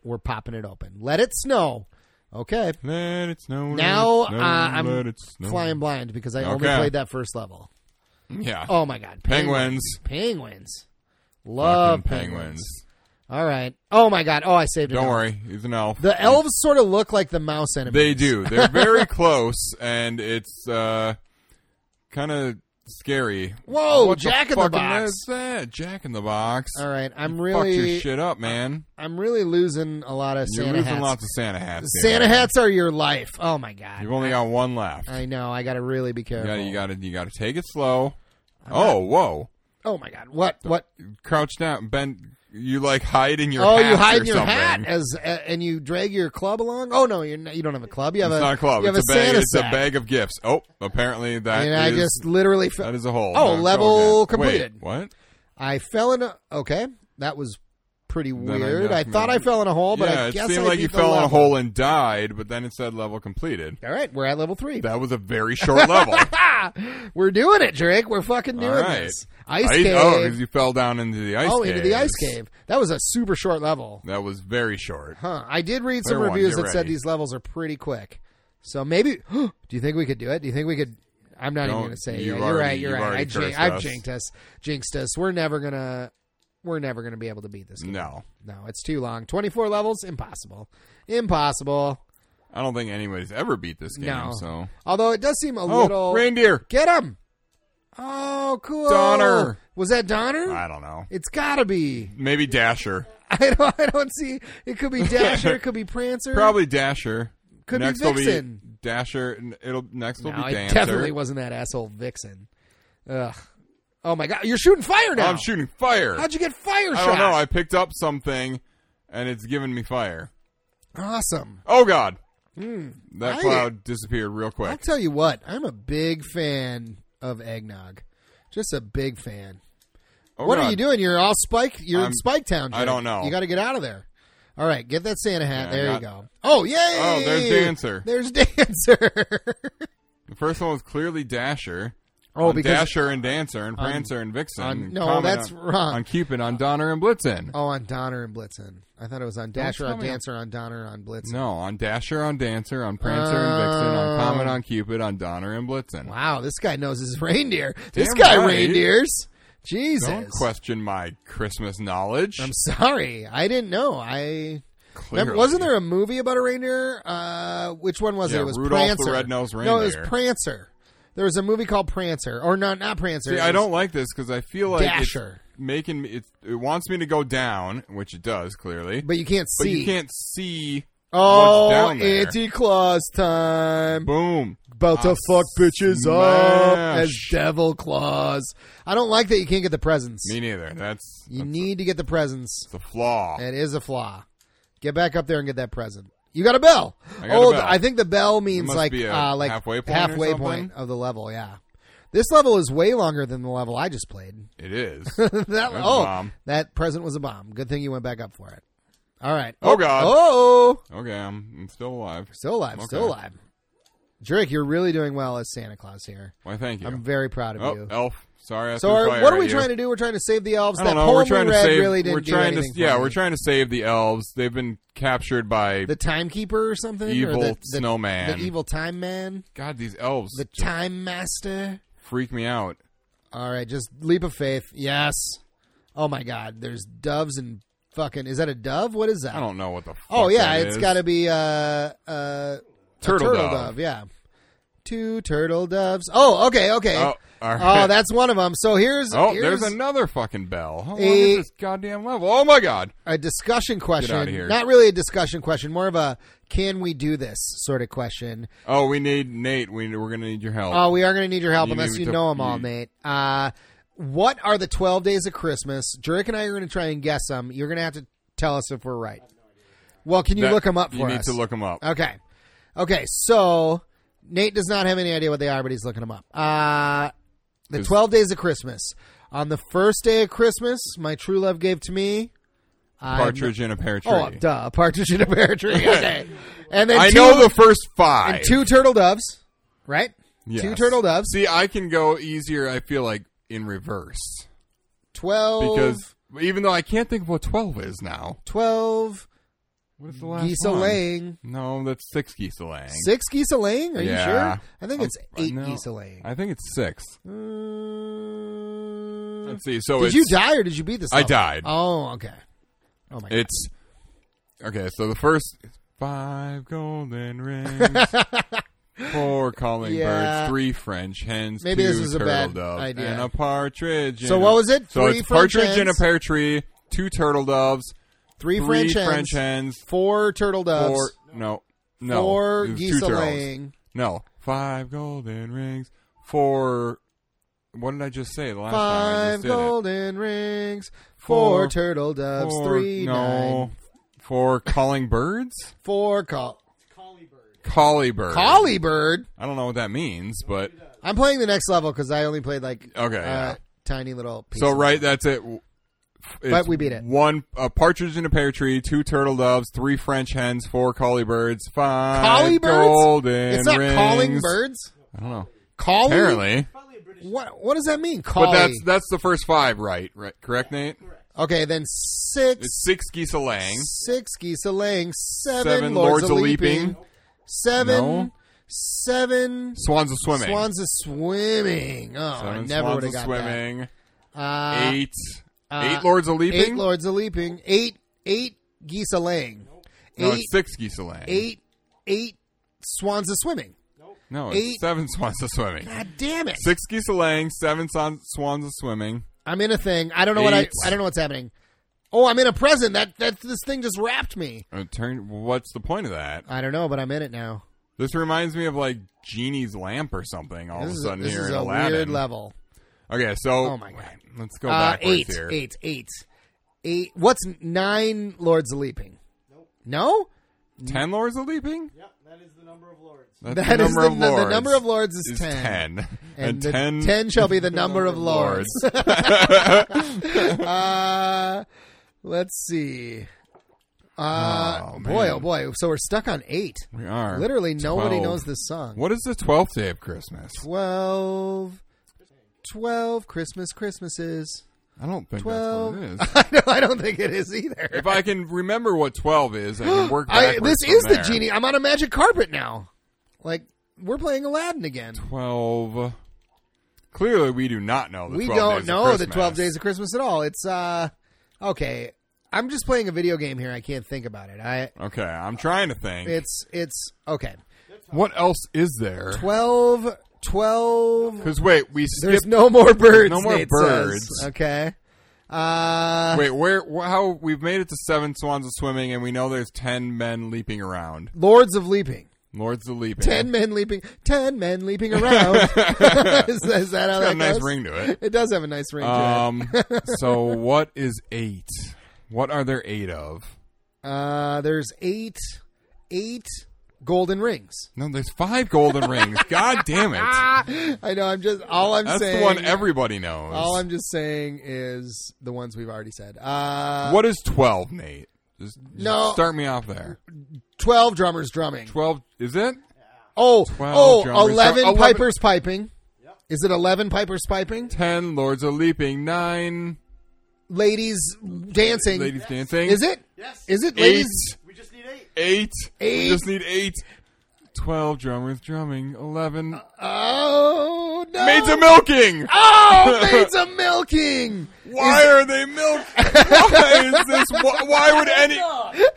We're popping it open. Let it snow. Okay. Let it snow. let Now it snow, uh, I'm let it snow. flying blind because I only Okay. played that first level. Yeah. Oh my god. penguins. Penguins. Fucking Love penguins. penguins. All right. Oh my god. Oh, I saved it. Don't worry, he's an elf. The elves sort of look like the mouse (laughs) enemies. They do. They're very close, and it's uh, kind of scary. Whoa, What Oh, Jack in the fucking Box. Is that Jack in the Box? All right, I'm Fuck your really, shit up, man. I'm really losing a lot of You're Santa losing hats. lots of Santa hats. here. Santa hats are your life. Oh my god, You've only got one left. I know. I got to really be You careful. gotta, you gotta, you gotta take it slow. Oh, whoa! oh my god, what? What? Crouch down, bend. You like hide in your. Oh, hats you hide or in your something. hat as uh, and you drag your club along. Oh no, you're not, you don't have a club. You have It's a not a club. You have It's a, a bag. Santa It's a sack. bag of gifts. Oh, apparently that and I is- just literally that fell. is a hole. Oh, Now level go again. completed. Wait, what? I fell in. A, okay, that was pretty I weird. I, guess thought I maybe- fell in a hole, Oh, but yeah, I it guess seemed I like beat you the fell in a level. hole and died, but then it said level completed. All right, we're at level three. That was a very short level. (laughs) Ah, we're doing it, Drake. We're fucking doing All right. this. Ice Ice- cave. Oh, because you fell down into the ice. oh, into the ice caves. cave. That was a super short level. That was very short. Huh. I did read some Clear one, reviews get that said ready. these levels are pretty quick. So maybe. (gasps) do you think we could do it? Do you think we could? I'm not even Don't- going to say. you've Yeah, already- you're right. You're you've right. I already jin- cursed I've us. jinked us. Jinxed us. We're never gonna. We're never gonna be able to beat this game. No, No, it's too long. 24 levels, impossible. Impossible. I don't think anybody's ever beat this game. No. So, Although it does seem a oh, little. reindeer. Get him! Oh, cool. Donner. Was that Donner? I don't know. It's gotta be. (laughs) Maybe Dasher. I don't. I don't see. It could be Dasher. it could be Prancer. (laughs) Probably Dasher. Could be next Vixen. Will be Dasher. and It'll next will No, be it Dancer. definitely wasn't that asshole Vixen. Ugh. Oh my god, you're shooting fire now. Oh, I'm shooting fire. How'd you get fire I shot? don't know. I picked up something, and it's giving me fire. awesome. Oh God! that Hmm. I- cloud disappeared real I'll quick. tell you what. I'm a big fan of eggnog. Just a big fan. Oh, what God. are you doing? You're all spike. You're in I'm- Spike Town. I don't know. You got to get out of there. All right, get that Santa hat. Yeah, I there you got- go. Oh yay! Oh, there's Dancer. There's (laughs) dancer. The first one was clearly Dasher. oh, on because Dasher and Dancer and Prancer and Vixen. on- no, Comment that's on- wrong. On Cupid, on Donner and Blitzen. oh, on Donner and Blitzen. I thought it was on Dasher, tell on me. Dancer, on Donner, on Blitzen. No, on Dasher, on Dancer, on Prancer and Vixen, on Comet, on Cupid, on Donner and Blitzen. Oh. Wow, this guy knows his (laughs) reindeer. This Damn guy right. reindeers. Jesus. Don't question my Christmas knowledge. I'm sorry. I didn't know. I Clearly. remember, wasn't there a movie about a reindeer? Uh, which one was it? Yeah, It was Rudolph the Prancer. Red-Nosed No, it was Reindeer. Prancer. There was a movie called Prancer, or not not Prancer. See, it I was- don't like this because I feel like it's Dasher. making me. It, it wants me to go down, which it does clearly, But you can't but see. you can't see. oh, what's down there. Anti-Claus time. Boom. About to Ah, fuck bitches up as smash. Devil Claus. I don't like that you can't get the presents. Me neither. That's you Eh. need to get the presents. the (laughs) flaw. That is a flaw. Get back up there and get that present. You got a bell. I got oh, a bell. I think the bell means must like be a uh, like halfway point or halfway something? point of the level. Yeah, this level is way longer than the level I just played. (laughs) It is. that a oh, bomb. that present was a bomb. Good thing you went back up for it. All right. Oh, God. Oh, okay, I'm, I'm still alive. still alive. Still Okay. alive. Drake, you're really doing well as Santa Claus here. Why? Thank you. I'm very proud of oh, you. elf. Sorry. I So, threw are, fire what are at we you. trying to do? We're trying to save the elves. I That don't know. poem We're trying we to read save. really didn't we're do trying to. anything for Yeah, me. we're trying to save the elves. They've been captured by. the timekeeper or something. Evil or the, the, snowman. the evil time man. God, these elves The just Time Master. freak me out. All right, just leap of faith. Yes. Oh my God, there's doves and fucking. Is that a dove? What is that? I don't know what the. Fuck oh yeah, that it's is. got to be uh, uh, Turtle a turtle dove. Yeah, two turtle doves. Oh, okay, okay. Oh, all (laughs) right. Oh, that's one of them. So here's Oh, here's there's another fucking bell. How long A- is this goddamn level? Oh my god! a discussion question. outta here. Not really a discussion question, more of a can we do this sort of question. Oh, we need Nate. We we're gonna need your help. Oh, we are going to need your help You unless need you to- know them all, you- mate. Uh, what are the 12 days of Christmas? Jurek and I are going to try and guess them. You're going to have to tell us if we're right. Well, can you That- look them up for You need us? to look them up. Okay. Okay, so Nate does not have any idea what they are, but he's looking them up. Uh, the 'Cause- 12 days of Christmas. On the first day of Christmas, my true love gave to me. I'm- Partridge in a pear tree. Oh, duh. a Partridge in a pear (laughs) tree. Okay. and then I two- know the first five. and two turtle doves, right? Yes. Two turtle doves. See, I can go easier. I feel like in reverse 12 because even though I can't think of what twelve is now. 12 What is the last geese a one? laying. No, that's six geese a laying. Six geese a laying? Are Yeah. you sure? I think Um, it's eight no, geese a laying. I think it's six. Mm. Let's see. So did Oh, it's, you die or did you beat this? I level? died. Oh, okay. Oh my god. It's (laughs) okay. So the first five golden rings. Poor calling Yeah. birds, three French hens, Maybe two this is a turtle bad doves, idea. and a partridge. in So a- what was it? So Three it's French partridge in a hens? pear tree, two turtle doves, Three, three French hens, French hens, four turtle doves, four no, no, four it was two geese turtles. laying. No, five golden rings, four. What did I just say? The last time I Five just did it. golden rings, four, Four- turtle doves, Four- three no, nine, four calling birds, four call collie bird, collie bird. I don't know what that means, but I'm playing the next level because I only played like Okay, uh, yeah. tiny little. Piece so right, that's it. It's But we beat it. One a partridge in a pear tree, two turtle doves, three French hens, four collie birds, five Collie birds? golden It's not rings. calling birds. I don't know. Calling. Apparently, What What does that mean? Collie. but that's that's the first five, right? Right? Correct, Nate. okay, then six. It's six geese a laying. Six geese a laying, seven, Seven lords, lords a a-leaping. leaping, seven, No. seven Swans are swimming. swans a swimming. Oh, I Seven never would swans have got a swimming. that. Uh, eight. uh, eight lords a leaping. Eight lords a leaping. Eight eight geese a laying. no, Eight it's six geese a laying. eight eight swans a swimming. No, it's eight- seven (laughs) swans a swimming. God damn it! Six geese a laying. Seven swan- swans a swimming. I'm in a thing. I don't know what I. Eight. I don't know what's happening. Oh, I'm in a present. That that this thing just wrapped me. Uh, turn. What's the point of that? I don't know, but I'm in it now. This reminds me of like Genie's lamp or something. All This of is a a, sudden this here is in a Aladdin. weird level. Okay, so Oh my God. let's go Uh, backwards eight, here. eight, eight, eight. What's nine lords of leaping? No, Ten lords a leaping. Yep, that is the number of lords. That's that the is number the, of nu- lords. the number of lords is, is ten, (laughs) and, the ten, ten shall (laughs) be the number of lords. (laughs) uh, let's see. Uh, Oh, boy, man. oh boy. So we're stuck on eight. we are Literally, nobody 12. knows this song. What is the twelfth day of Christmas? 12, 12 Christmas Christmases. (laughs) I don't think Twelve. that's what it (laughs) I, know, is. I don't think it is either. If I can remember what twelve is, I can work (gasps) I, backwards. this from is the there. genie. I'm on a magic carpet now. Like we're playing Aladdin again. Twelve. Clearly, we do not know. The We 12 don't days know of the Christmas. twelve days of Christmas at all. It's uh okay. I'm just playing a video game here. I can't think about it. I Okay, I'm trying to think. it's it's okay. what else is there? 12 12 Because wait, we There's skipped. no more birds. no more Nate says. birds. Okay. Uh Wait, where? wh- How we've made it to seven swans of swimming, and we know there's ten men leaping around. Lords of Leaping. Lords of leaping. Ten men leaping. Ten men leaping (laughs) around. is, is that how Got that a nice goes? ring to (laughs) it. It does have a nice ring (laughs) Um. so what is eight? What are there eight of? to it. Uh, there's eight, eight golden rings. (laughs) No, there's five golden rings. God damn it! I know. I'm just all I'm That's saying. the one everybody knows. all I'm just saying is the ones we've already said. Uh, what is twelve, Nate? Just, just No. start me off there. Twelve drummers drumming. Twelve is it? Oh, 12 oh, drummers 11 drum- 11 pipers piping. Is it 11 pipers piping? Ten lords are leaping. Nine Ladies dancing. ladies dancing. Is it? Yes. Is it eight? ladies? We just need eight. Eight. Eight. We just need eight. Twelve drummers drumming. Eleven Oh, no. maids are milking. (laughs) Oh, maids are milking. Why are they milk? Why is this? Why, why would any?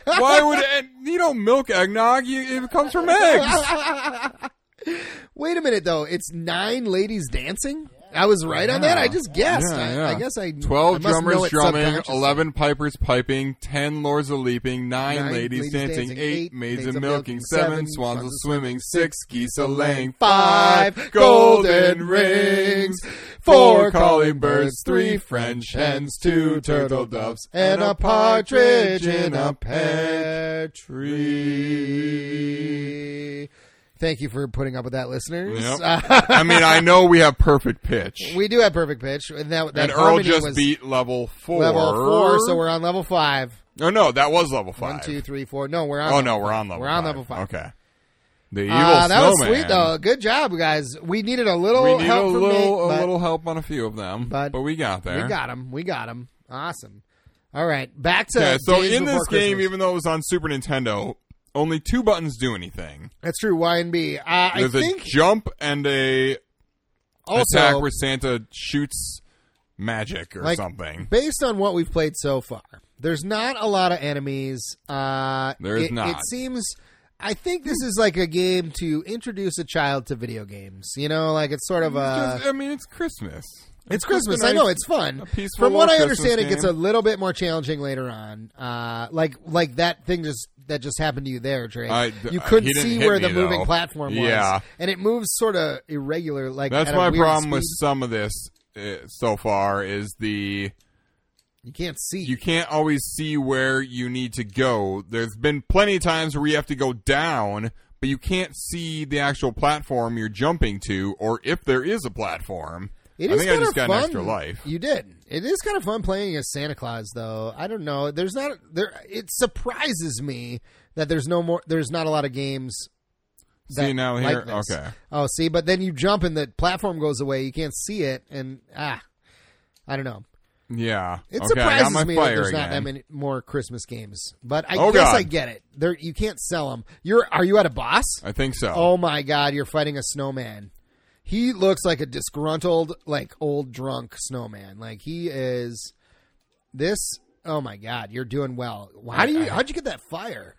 Why would an- you don't milk eggnog? You, it comes from eggs. Wait a minute, though. It's nine ladies dancing? I was right on that. I just guessed. Yeah, I, yeah. I guess I. I 12 must know drummers it drumming, subconsciously. 11 pipers piping, 10 lords a leaping, 9, Nine ladies, ladies dancing, dancing, 8, eight maids maids a a milking, milking, 7 seven swans a swans a swimming, 6 geese a laying, 5 five golden golden rings, rings, 4 four calling calling birds, birds, 3 three French French hens, hens, 2 two turtle turtle doves, doves, and a partridge in a pear tree. Thank you for putting up with that, listeners. Uh, Yep. (laughs) I mean, I know we have perfect pitch. we do have perfect pitch, and that, that and Earl harmony just was beat level 4. level four, so we're on level five. No, no, that was level 5. One, two, three, four. No, we're on. (laughs) Oh level no, five. we're on level. We're five. on level five. Okay. The evil Uh, that was snowman. sweet though. Good job, guys. We needed a little We need a help from Nate, little, a but little help on a few of them, but we got there. we got him. We got him. Awesome. All right, back to yeah, so Days in Before this game, Christmas. even though it was on Super Nintendo, only two buttons do anything. that's true. Y and B. Uh, I There's think a jump and a attack also where Santa shoots magic or Like- something. based on what we've played so far, there's not a lot of enemies. Uh, There is it, not. It seems. I think this is like a game to introduce a child to video games. You know, like it's sort of a. Just- I mean, it's Christmas. uh, It's just Christmas. a I know nice- it's fun. a peaceful From what I little understand, Christmas it gets game. a little bit more challenging later on. Uh, like like that thing just that just happened to you there, Trey. I- you I- he couldn't didn't see hit where me, the moving though. platform was, Yeah. and it moves sort of irregular. Like That's at a my weird problem with speed. some of this uh, so far is the you can't see. you can't always see where you need to go. There's been plenty of times where you have to go down, but you can't see the actual platform you're jumping to, or if there is a platform. It I is think I kind just of got fun. an extra life. You did. It is kind of fun playing as Santa Claus, though. I don't know. There's not there. It surprises me that there's no more. There's not a lot of games. That See now like here, this. okay. Oh, see, but then you jump and the platform goes away. You can't see it, and ah, I don't know. Yeah, It okay, I got surprises my me that fire there's again. not that many more Christmas games. But I Oh, guess God. I get it. There, you can't sell them. You're are you at a boss? I think so. Oh my God, you're fighting a snowman. He looks like a disgruntled, like old drunk snowman. Like he is. This. Oh my God, you're doing well. How do you? How'd you get that fire?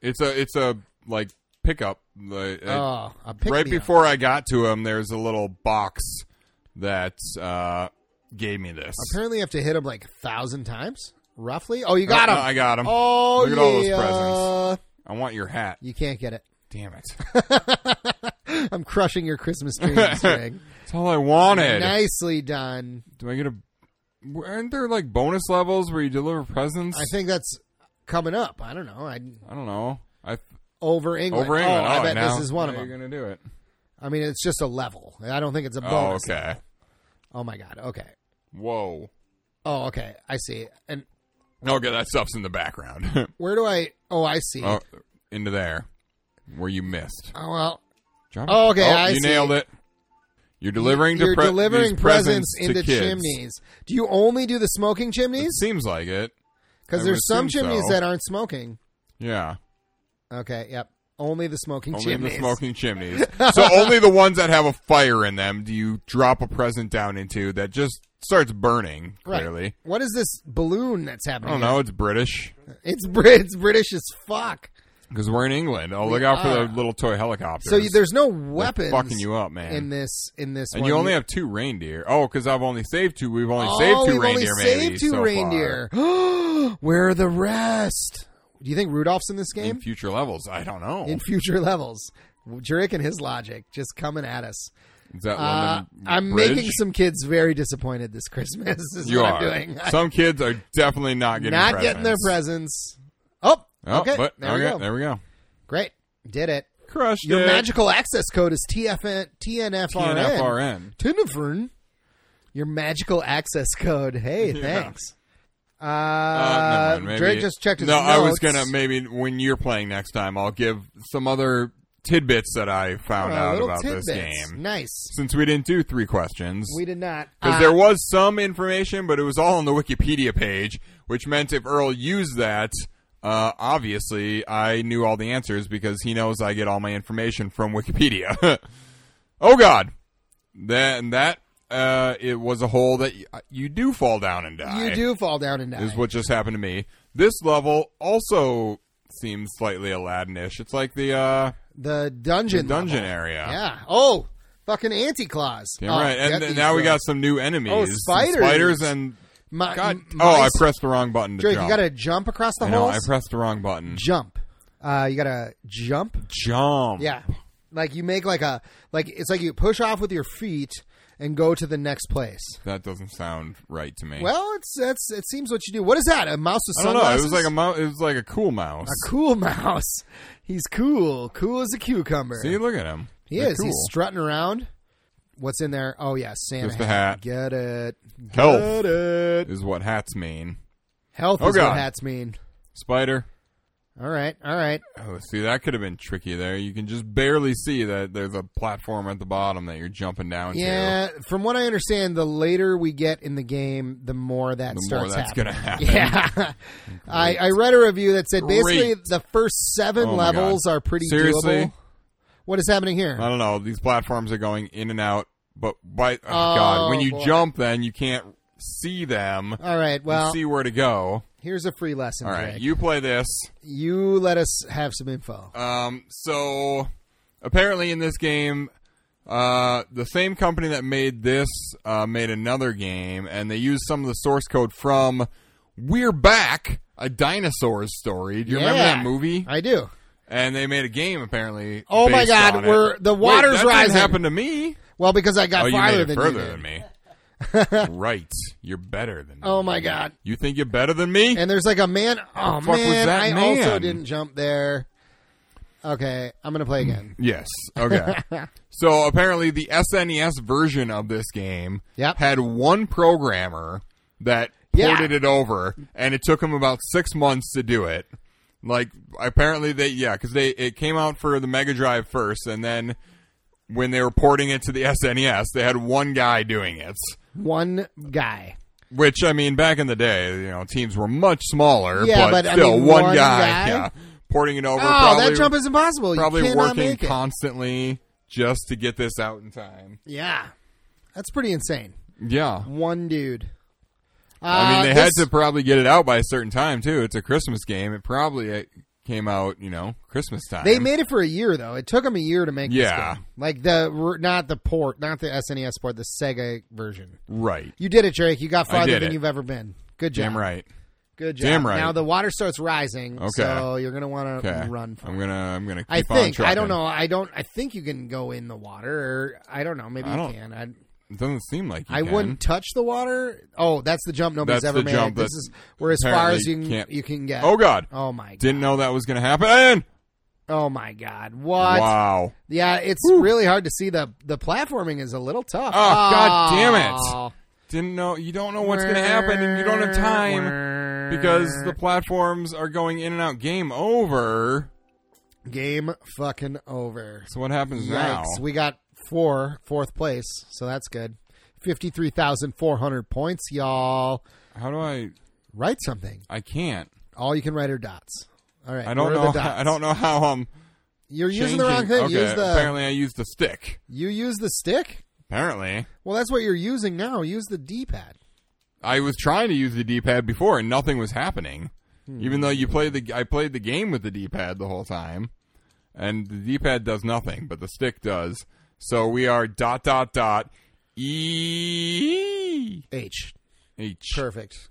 It's a it's a like pickup. Like, uh, Oh, a pick right me up. before I got to him, there's a little box that uh, gave me this. Apparently, you have to hit him like a thousand times, roughly. Oh, you got Oh, him. no, I got him. Oh, Look at all those yeah. presents. I want your hat. You can't get it. Damn it! (laughs) I'm crushing your Christmas (laughs) dreams, Greg. That's all I wanted. Nicely done. Do I get a? Aren't there like bonus levels where you deliver presents? I think that's coming up. I don't know. I I don't know. I over England. over England. Oh, I Oh, bet now- this is one of now them. You're gonna do it. I mean, it's just a level. I don't think it's a Oh, bonus. okay. Oh my god. Okay. Whoa. Oh, okay. I see. And Okay, that stuff's in (laughs) the background. where do I? Oh, I see. oh, Oh, into there, where you missed. well. Drop Oh, okay, it. I you see. nailed it. You're delivering to You're pre- delivering these presents, into to kids. chimneys. Do you only do the smoking It chimneys? seems like it. I Because would there's some assume chimneys so. that aren't smoking. Yeah. Okay. Yep. Only the smoking Only chimneys. the smoking chimneys. (laughs) so only the ones that have a fire in them do you drop a present down into that just starts burning, Right. clearly. What is this balloon that's I happening? don't know, it's British. here? It's Brit. It's British as fuck. Because we're in England. Oh, We look out are. for the little toy helicopters. So you, there's no weapons fucking you up, man. in this. In this, and one. you only have two reindeer. Oh, because I've only saved two. We've only oh, saved two we've reindeer, Only maybe. saved two so far. reindeer. (gasps) Where are the rest? Do you think Rudolph's in this In game? future levels, I don't know. In future levels, Jurek and his logic just coming at us. Is that Uh, London I'm Bridge? making some kids very disappointed this Christmas. (laughs) Is You what are. I'm doing. Some kids are definitely not getting Not presents. getting their presents. Oh, Oh, okay. but- there we okay, go. There we go. Great, did it. Crushed Your it. magical access code is TFN, TNFRN. TNFRN. TNFRN. Your magical access code. Hey, (laughs) Yeah. thanks. Uh, Uh, never mind, Drake maybe- just checked his No, notes. I was gonna maybe when you're playing next time, I'll give some other tidbits that I Uh, found out little about this tidbits. game. Nice. Since we didn't do three questions, We did not. because Uh, there was some information, but it was all on the Wikipedia page, which meant if Earl used that, uh, obviously I knew all the answers because he knows I get all my information from Wikipedia. (laughs) oh God, that that uh, it was a hole that y- you do fall down and die. you do fall down and die. is what just happened to me. This level also seems slightly Aladdin-ish. It's like the uh, the dungeon. dungeon level. area. Yeah. Oh, fucking Oh, anti claws. Damn right. And th- now we got some new enemies. Oh, Some spiders. spiders and My, God. my- Oh, I pressed the wrong button to Drake, jump. you got to jump across the I know, holes. I pressed the wrong button. jump. Uh, you got to jump. Jump. Yeah. Like you make like a like it's like you push off with your feet and go to the next place. That doesn't sound right to me. Well, it's that's it seems what you do. What is that? A mouse with I don't know. It sunglasses? was like a mo- it was like a cool mouse. A cool (laughs) mouse. He's cool, cool as a cucumber. See, look at him. he They're is. Cool. He's strutting around. What's in there? Oh yeah, Santa Just a hat. Get it. Get Health. it. is what hats mean. Health Oh, is what God. hats mean. Spider. All right, all right. Oh, see, that could have been tricky there. You can just barely see that there's a platform at the bottom that you're jumping down to. Yeah, from what I understand, the later we get in the game, the more that The more starts that's happening. gonna happen. Yeah. (laughs) I, I read a review that said basically Great. the first seven Oh my levels God. are pretty Seriously? doable. What is happening here? I don't know. These platforms are going in and out, but by oh, Oh, god, when you boy. jump, then you can't see them. All right, and well, see where to go. Here's a free lesson, All right, Drake. you play this. You let us have some info. Um, so apparently in this game, uh, the same company that made this uh, made another game, and they used some of the source code from "We're Back: A Dinosaur's Story." Do you remember Yeah. that movie? I do. And they made a game apparently. Oh my based God, on it. we're- the Wait, water's that rising. Didn't happen to me. Well, because I got Oh, you farther made it than further you did. (laughs) than me. right, you're better than. Oh me. my God. You think you're better than (laughs) me? And there's like a man. Oh fuck was man, that I man? also didn't jump there. Okay, I'm gonna play (laughs) again. Yes. (laughs) Okay. so apparently, the SNES version of this game Yep. had one programmer that Yeah. ported it over, and it took him about six months to do it. Like apparently they yeah because they it came out for the Mega Drive first, and then when they were porting it to the SNES, they had one guy doing it. One guy. Which I mean, back in the day, you know, teams were much smaller, Yeah, but, but, I still mean, one, one guy, guy? yeah, porting it over. Oh, probably, that jump is impossible. you probably cannot working make it. constantly just to get this out in time. yeah, that's pretty insane. Yeah. One dude. Uh, I mean, they this- had to probably get it out by a certain time too. It's a Christmas game. It probably uh, came out, you know, Christmas time. They made it for a year though. It took them a year to make. Yeah. this game. like the not the port, not the SNES port, the Sega version. right. You did it, Drake. You got I farther did than it. you've ever been. Good job. Damn right. Good job. Damn right. Now the water starts rising, Okay. so you're gonna want to Okay. run for I'm it. gonna. I'm gonna. Keep I on think I don't trucking. know. I don't. I think you can go in the water. or I don't know. Maybe you I don't- can. I, It doesn't seem like you I can. wouldn't touch the water. Oh, that's the jump nobody's That's ever the made. jump this that is we're as far as apparently you can can't- you can get. Oh God! Oh my god. Didn't know that was gonna happen. Oh my god. What? Wow. Yeah, it's really hard to see the the platforming is a little tough. Oh, God damn it. Oh. Didn't know. You don't know what's gonna happen, and you don't have time because the platforms are going in and out. Game over. game fucking over. So what happens now? Yikes. We got four, fourth place, so that's good. 53,400 points, y'all. How do I? Write something. I can't. All you can write are dots. All right. I don't where are know. (laughs) The dots? I don't know how I'm You're using changing. the wrong thing. Okay, Use the, apparently I used the stick. You use the stick? Apparently, Well, that's what you're using now. Use the D pad. I was trying to use the D-pad before, and nothing was happening. Hmm. Even though you played the, I played the game with the D-pad the whole time, and the D-pad does nothing, but the stick does. So we are dot dot dot E H. H. Perfect.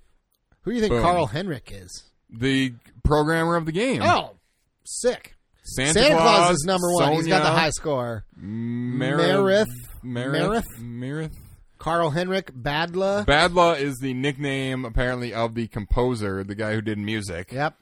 Who do you think Boom. Carl Henrik is? The programmer of the game. Oh, sick. Santa, Santa Claus, Claus is number one. He's got the Sonia, high score. Marith. Marith. Marith? Marith. Carl Henrik Badla. Badla is the nickname apparently of the composer, the guy who did music. yep.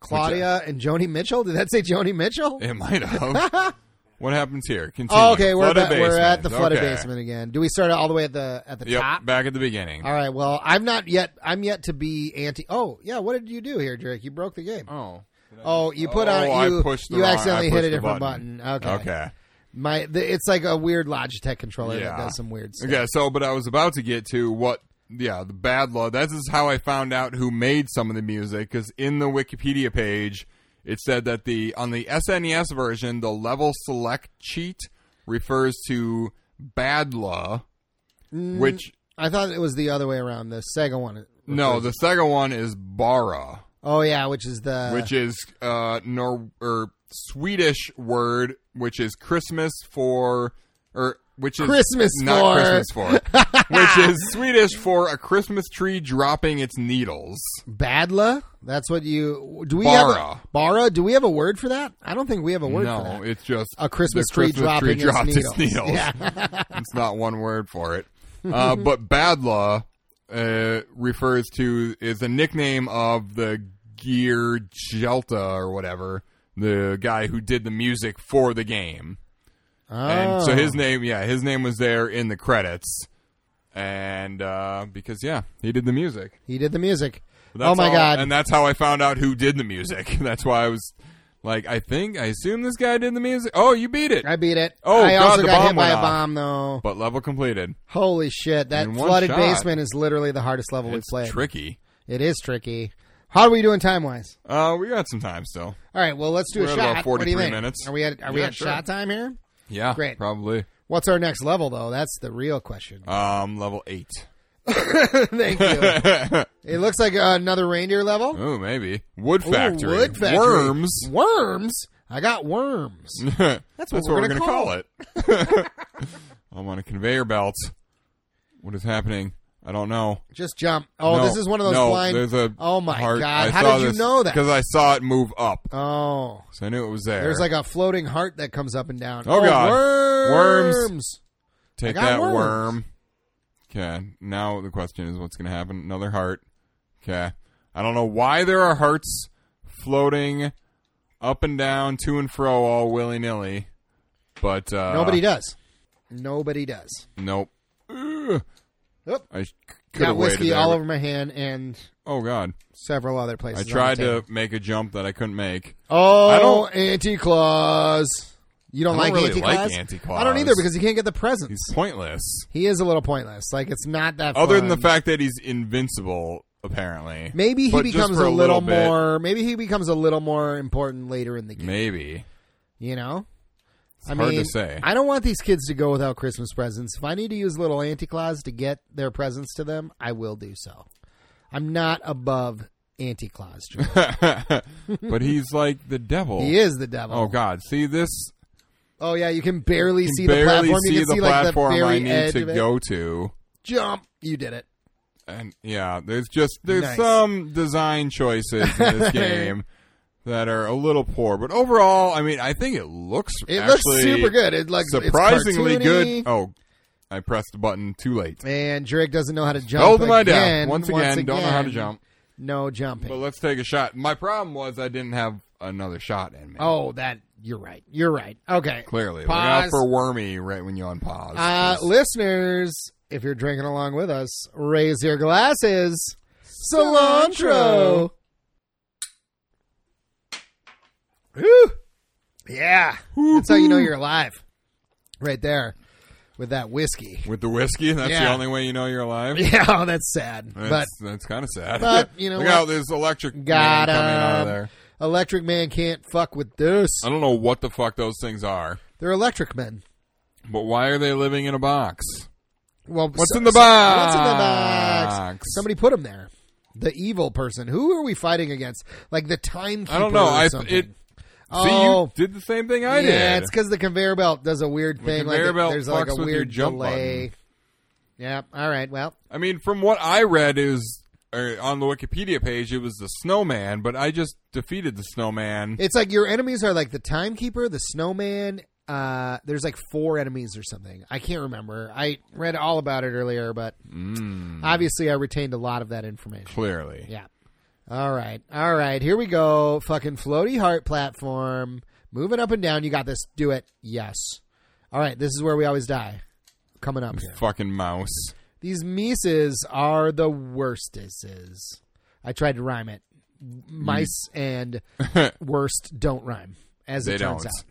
Claudia and Joni Mitchell. Did that say Joni Mitchell? It (laughs) might have. what happens here? Continue. Oh, okay, we're, Flooded ba- we're at the basement. flooded Okay. basement again. Do we start all the way at the at the Yep, top? back at the beginning. All right. Well, I'm not yet. I'm yet to be anti. Oh, yeah. What did you do here, Drake? You broke the game. Oh. Oh, you put Oh, on. I You, pushed the you wrong- I accidentally pushed hit a the different button. button. Okay. Okay. My, the, it's like a weird Logitech controller that Yeah. does some weird stuff. Okay, so but I was about to get to what yeah, the bad law. That is how I found out who made some of the music cuz in the Wikipedia page it said that the on the SNES version the level select cheat refers to bad law Mm. which I thought it was the other way around. The Sega one. no, the second one is bara. Oh yeah, which is the which is uh nor or Swedish word which is Christmas for or which is Christmas not for. Christmas for which is Swedish for a Christmas tree dropping its needles. Badla. That's what you. Do we have Bara. a, Bara? Do we have a word for that? I don't think we have a word for that. no, it's just A Christmas the tree Christmas dropping tree its dropped its needles. needles. (laughs) it's not one word for it. Uh, but Badla uh, refers to is a nickname of the Gear Jelta or whatever the guy who did the music for the game. And so Oh. his name, yeah, his name was there in the credits. And uh, because, yeah, he did the music. He did the music. That's oh my all- god! And that's how I found out who did the music. (laughs) That's why I was like, I think, I assume this guy did the music. Oh, you beat it. I beat it. Oh, I God, also the got hit bomb by went a off. bomb though. But level completed. Holy shit! That In one flooded shot. basement is literally the hardest level It's we've played. tricky. it is tricky. How are we doing time wise? Uh, we got some time still. All right, well let's do We're a at shot. about what do you 43 think? minutes. Are we at are we Yeah, at sure. shot time here? Yeah, Great. probably. (laughs) What's our next level though? That's the real question. (laughs) Um, level eight. Thank you. (laughs) It looks like uh, another reindeer level. oh, maybe wood Ooh, factory, wood factory. worms. (laughs) Worms. I got worms. That's what we're gonna gonna call it. (laughs) (laughs) I'm on a conveyor belt. What is happening? I don't know. Just jump. Oh, No, this is one of those no, blind. There's a oh my heart. god! I How did you know that? Because I saw it move up, oh, so I knew it was there. there's like a floating heart that comes up and down. Oh, God. worms. worms. I Take got that worms. worm. Okay. Now the question is what's going to happen? Another heart. Okay. I don't know why there are hearts floating up and down, to and fro, all willy nilly. But uh, Nobody does. Nobody does. Nope. Ugh. Oop. I sh- could Got have waited. whiskey there. all over my hand and Oh God! several other I places. tried on the to table. make a jump that I couldn't make. Oh, I don't- Anti-Claus. You don't, I like don't really like Anti-Claus? Anti-Claus. I don't either because he can't get the presents. He's pointless. he is a little pointless. Like it's not that. Other than fun. the fact that he's invincible, apparently. Maybe he But just becomes for a little, bit. more. Maybe he becomes a little more important later in the game. Maybe. (laughs) You know, I hard to mean, say. I don't want these kids to go without Christmas presents. If I need to use little Anti Claus to get their presents to them, I will do so. I'm not above Anti Claus. but he's like the devil. he is the devil. Oh God! See this? Oh yeah, you can barely see the barely platform. see you can the see platform like the very I need edge to of it. go to. Jump! You did it. And yeah, there's just there's Nice. some design choices (laughs) in this game that are a little poor, but overall, I mean, I think it looks It actually looks super good. It like surprisingly it's cartoony. good. Oh, I pressed the button too late. And Drake doesn't know how to jump. Holding my down again. once again. Don't know how to again, jump, No jumping. but let's take a shot. My problem was I didn't have another shot in me. Oh, that you're right. You're right. Okay. clearly, look out Pause. for wormy right when you unpause. uh, listeners, if you're drinking along with us, raise your glasses. Cilantro. Whew. Yeah. That's how you know you're alive. Right there with that whiskey. (laughs) With the whiskey, that's the Yeah. only way you know you're alive. Yeah, oh, that's sad. That's, but that's kind of sad. (laughs) but, you know look what? out! There's electric Got man coming out of 'em. there. Electric Man can't fuck with this. I don't know what the fuck those things are, They're electric men. but why are they living in a box? Well, What's so- in the so- box? What's in the box? Somebody put him there. The evil person. Who are we fighting against? Like the timekeeper. I don't know. Or I something. it. See, oh, you did the same thing I did. yeah. It's because the conveyor belt does a weird thing. Like conveyor it- belt there's like fucks a with your weird jump delay. Yeah. All right. Well, I mean, from what I read is or on the Wikipedia page, it was the snowman, but I just defeated the snowman. it's like your enemies are like the timekeeper, the snowman. Uh, there's like four enemies or something. I can't remember. I read all about it earlier, but Mm. obviously I retained a lot of that information. clearly, Yeah. All right. All right. Here we go. Fucking floaty heart platform. Moving up and down. You got this. Do it. Yes. All right. This is where we always die. Coming up here. fucking mouse. These Mises are the worstesses. I tried to rhyme it. Mice and (laughs) worst don't rhyme, as Mm. They it turns don't. out.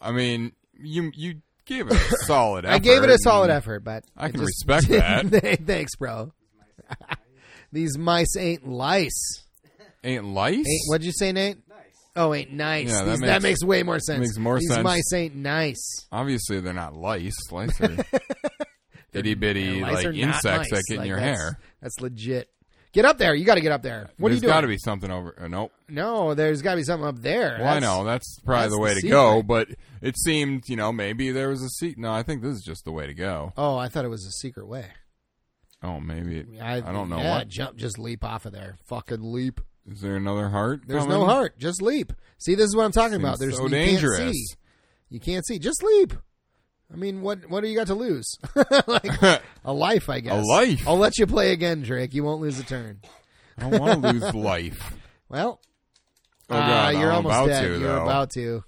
I mean, you you gave it a (laughs) solid. effort. I gave it a solid and- effort, but I it can just (laughs) respect that. didn't- Thanks, bro. (laughs) These mice ain't lice. Ain't lice? Ain't, what'd you say, Nate? Nice. Oh, ain't nice. Yeah, that These- that, makes, makes- way more sense. makes more These sense. mice ain't nice. Obviously, they're not lice. (laughs) Lice are itty bitty Mice like are not insects that mice. get in Like, your that's- hair. That's legit. Get up there. You got to get up there. What are There's you doing? got to be something over. Uh, nope. No, there's got to be something up there. Well, I That's- know that's probably that's the way the to go, but it seemed you know maybe there was a seat. No, I think this is just the way to go. Oh, I thought it was a secret way. Oh, maybe it- I, I, don't know. Yeah, what jump. Just leap off of there. Fucking leap. is there another heart? There's coming? no heart. Just leap. See, this is what I'm talking Seems about. There's so you dangerous. Can't see. You can't see. Just leap. I mean, what what do you got to lose? (laughs) (laughs) like a life, I guess. life. I'll let you play again, Drake. You won't lose a turn. I don't want (laughs) to lose life. Well, Oh Uh, god, you're I'm almost about dead. to you're though. about to.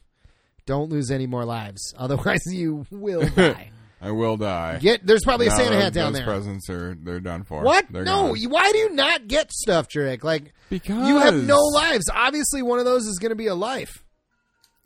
Don't lose any more lives, (laughs) otherwise you will (laughs) die. I will die. Get there's probably a No, Santa those- hat down those there. Presents are they're done for. What? They're no. gone. you- Why do you not get stuff, Drake? Like because you have no lives. Obviously, one of those is going to be a life,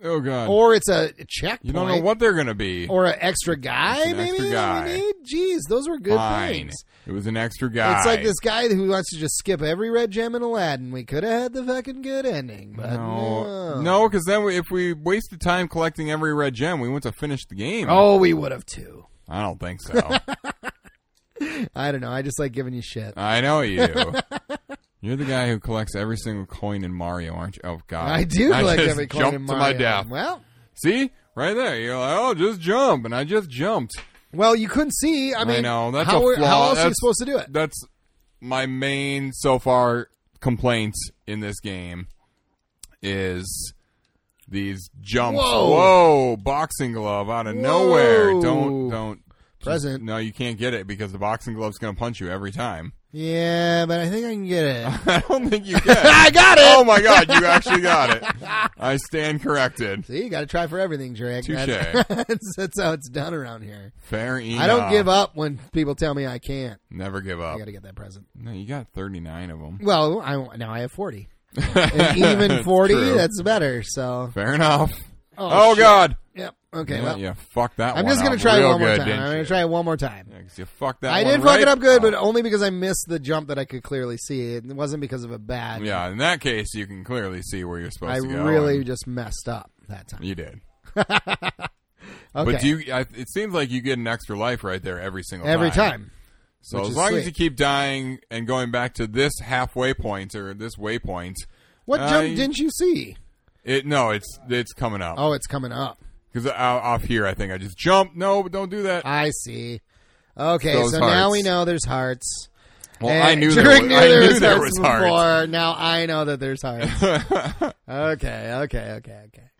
Oh god, or it's a checkpoint. you don't know what they're gonna be. or an extra guy. an maybe extra that we guy. need. Jeez, those were good Fine. things. It was an extra guy. It's like this guy who wants to just skip every red gem in Aladdin. We could have had the fucking good ending, but No, no, because then we, if we wasted time collecting every red gem, we went to finish the (laughs) game. Oh, we would have too. I don't think so. I don't know. I just like giving you shit. I (laughs) know you. You're the guy who collects every single coin in Mario, aren't you? Oh God, I (laughs) do collect just every coin jumped in to Mario. my death. Well, See, right there, you're like, oh, just jump, and I just jumped. well, you couldn't see. I mean, know, that's how, a were- flaw. how else are you That's- supposed to do it? That's my main so far complaint in this game is these jumps. Whoa. Whoa, boxing glove out of Whoa. nowhere. Don't don't just- Present. no, you can't get it because the boxing glove's going to punch you every time. (laughs) Yeah, but I think I can get it. I don't (laughs) think you can. I got it. oh my god, you actually got it. (laughs) I stand corrected. See, you got to try for everything, Drake. Touche. That's, (laughs) that's- that's how it's done around here. Fair enough. I don't give up when people tell me I can't. Never give I up. got to get that present. No, you got 39 of them. Well, I now I have forty. And (laughs) even forty, True. that's better. So, Fair enough. Oh, Oh, shit. god. yep. Okay. Yeah, well, yeah, fuck that I'm one just gonna up try it real one more good, time. didn't I'm gonna you? try it one more time. Yeah, 'cause you fucked that I one did fuck right Oh. it up good, but up. only because I missed the jump that I could clearly see. It wasn't because of a bad. Yeah, in that case, you can clearly see where you're supposed I to go. really and just messed up that time. You did. Okay. But do you, I, it seems like you get an extra life right there every single Every time. time. So which as is long sweet. as you keep dying and going back to this halfway point or this waypoint, What Uh, jump you- didn't you see? it no, it's it's coming up Oh, it's coming up. because off here I think I just jump. No, but don't do that. I see. Okay, Those so now hearts. we know there's hearts. well, And (laughs) I knew there Drake was, knew I there knew was there hearts was hearts. before. Now I know that there's hearts. (laughs) okay, okay, okay, okay.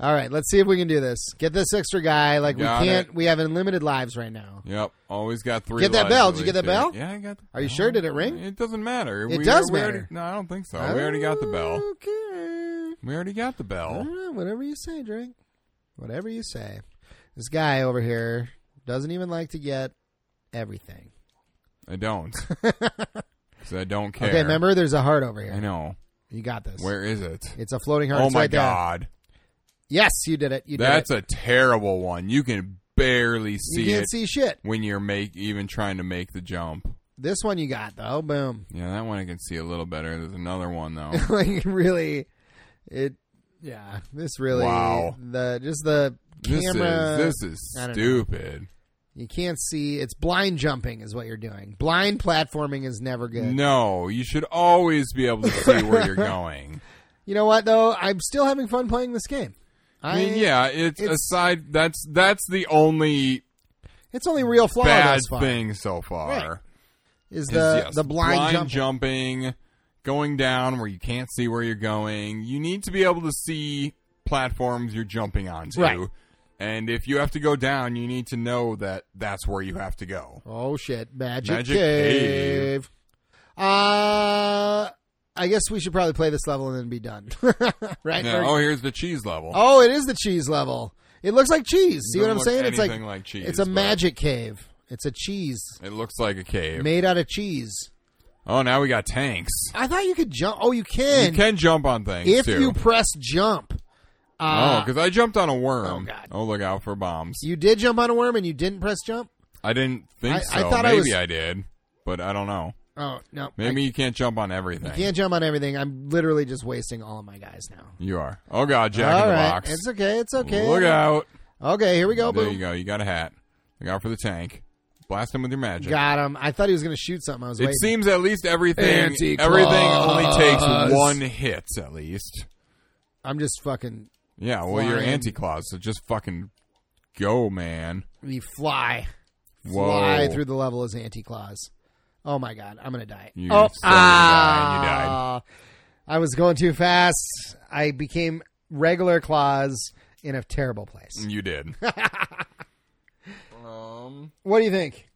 All right, let's see if we can do this. Get this extra guy. Like Got we can't. it. We have unlimited lives right now. Yep, always got three. Get that lives bell. at Did you get least that here. bell? Yeah, I got. The Are you sure? Did it ring? It doesn't matter. It does we already- matter. Ah. no, I don't think so. Oh, We already got the bell. Oh. Okay. We already got the bell. All right, whatever you say, Drake. Whatever you say. This guy over here doesn't even like to get everything. (laughs) I don't. Because I don't care. Okay, remember there's a heart over I here. know. You got this. Where is it? It's a floating heart. oh It's my right there. god. Yes, you did it. You did That's it. a terrible one. You can barely see you can't it see shit. when you're make even trying to make the jump. This one you got though. Boom. Yeah, that one I can see a little better. There's another (laughs) one though. like really, it. Yeah, this really. Wow. The just the this camera. is this is I don't know. stupid. You can't see. It's blind jumping is what you're doing. Blind platforming is never good. No, you should always be able to see (laughs) where you're going. You know what though? I'm still having fun playing this game. I, I mean, yeah, it's, it's- aside that's that's the only It's only real flaw bad thus far, thing so far. Right. is Is, the yes, the blind, jumping. jumping, going down where you can't see where you're going. You need to be able to see platforms you're jumping onto. Right. And if you have to go down, you need to know that that's where you have to go. Oh shit, Magic, Magic Cave. Uh I guess we should probably play this level and then be done. (laughs) right? Yeah, Or- oh, here's the cheese level. oh, it is the cheese level. It looks like cheese. See what Doesn't I'm look saying? It's like, anything like cheese, it's a but- magic cave. It's a cheese It looks like a cave. made out of cheese. Oh, now we got tanks. I thought you could jump. Oh, you You can. can jump on things if too. you press jump. oh, Uh, because I jumped on a worm. Oh, God. look out for bombs. you did jump on a worm and you didn't press jump? I didn't think I- I so. thought I Maybe was- I did, but I don't know. Oh, no. Maybe you can't jump on everything. I can't jump on everything. I'm literally just wasting all of my guys now. You are. Oh God, Jack All in the right. Box. It's okay. It's okay. Look out. Okay, here we go. there Boom. you go. You got a hat. Look out for the tank. Blast him with your magic. Got him. I thought he was going to shoot something. I was it waiting. seems at least everything Anti-claws. everything only takes one hit at least. I'm just fucking. Yeah, well you're Flying. anti claws, so just fucking go, man. You fly. Whoa. Fly through the level as Anti Claus. Oh my god, I'm going to die. You oh, started to die and you died. ah. I was going too fast. I became regular Claus in a terrible place. (laughs) you did. What do you think?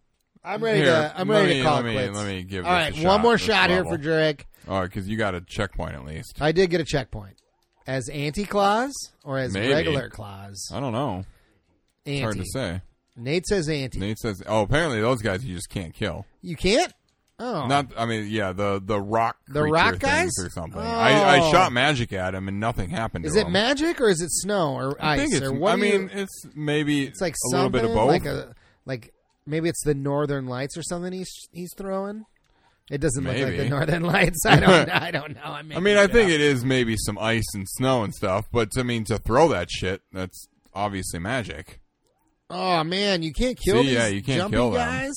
I'm ready Here, to. uh, I'm let ready me- to call let it me- quits. let me give All this right, a one shot, more this shot here level. for Jurek. All right, because you got a checkpoint at least. I did get a checkpoint. As anti Claus or as Maybe. regular Claus? I don't know. It's hard Anti. to say. Nate says anti. Nate says, "Oh, apparently those guys you just can't kill." You can't. Oh, Not, I mean, yeah, the the rock, The creature rock things guys? or something. I, I Oh. shot magic at him and nothing happened. Is to it him. magic or is it snow or I ice think it's. or what? I do you- mean, it's maybe it's like a little bit of something, both. Like a like maybe it's the northern lights or something he's he's throwing. It doesn't look like Maybe. the northern lights. I (laughs) don't. I don't know. I'm I mean, I making think up. it is maybe some ice and snow and stuff, but I mean, to throw that shit, that's obviously magic. Oh man, you can't kill See, these yeah, you can't jumpy kill them. guys.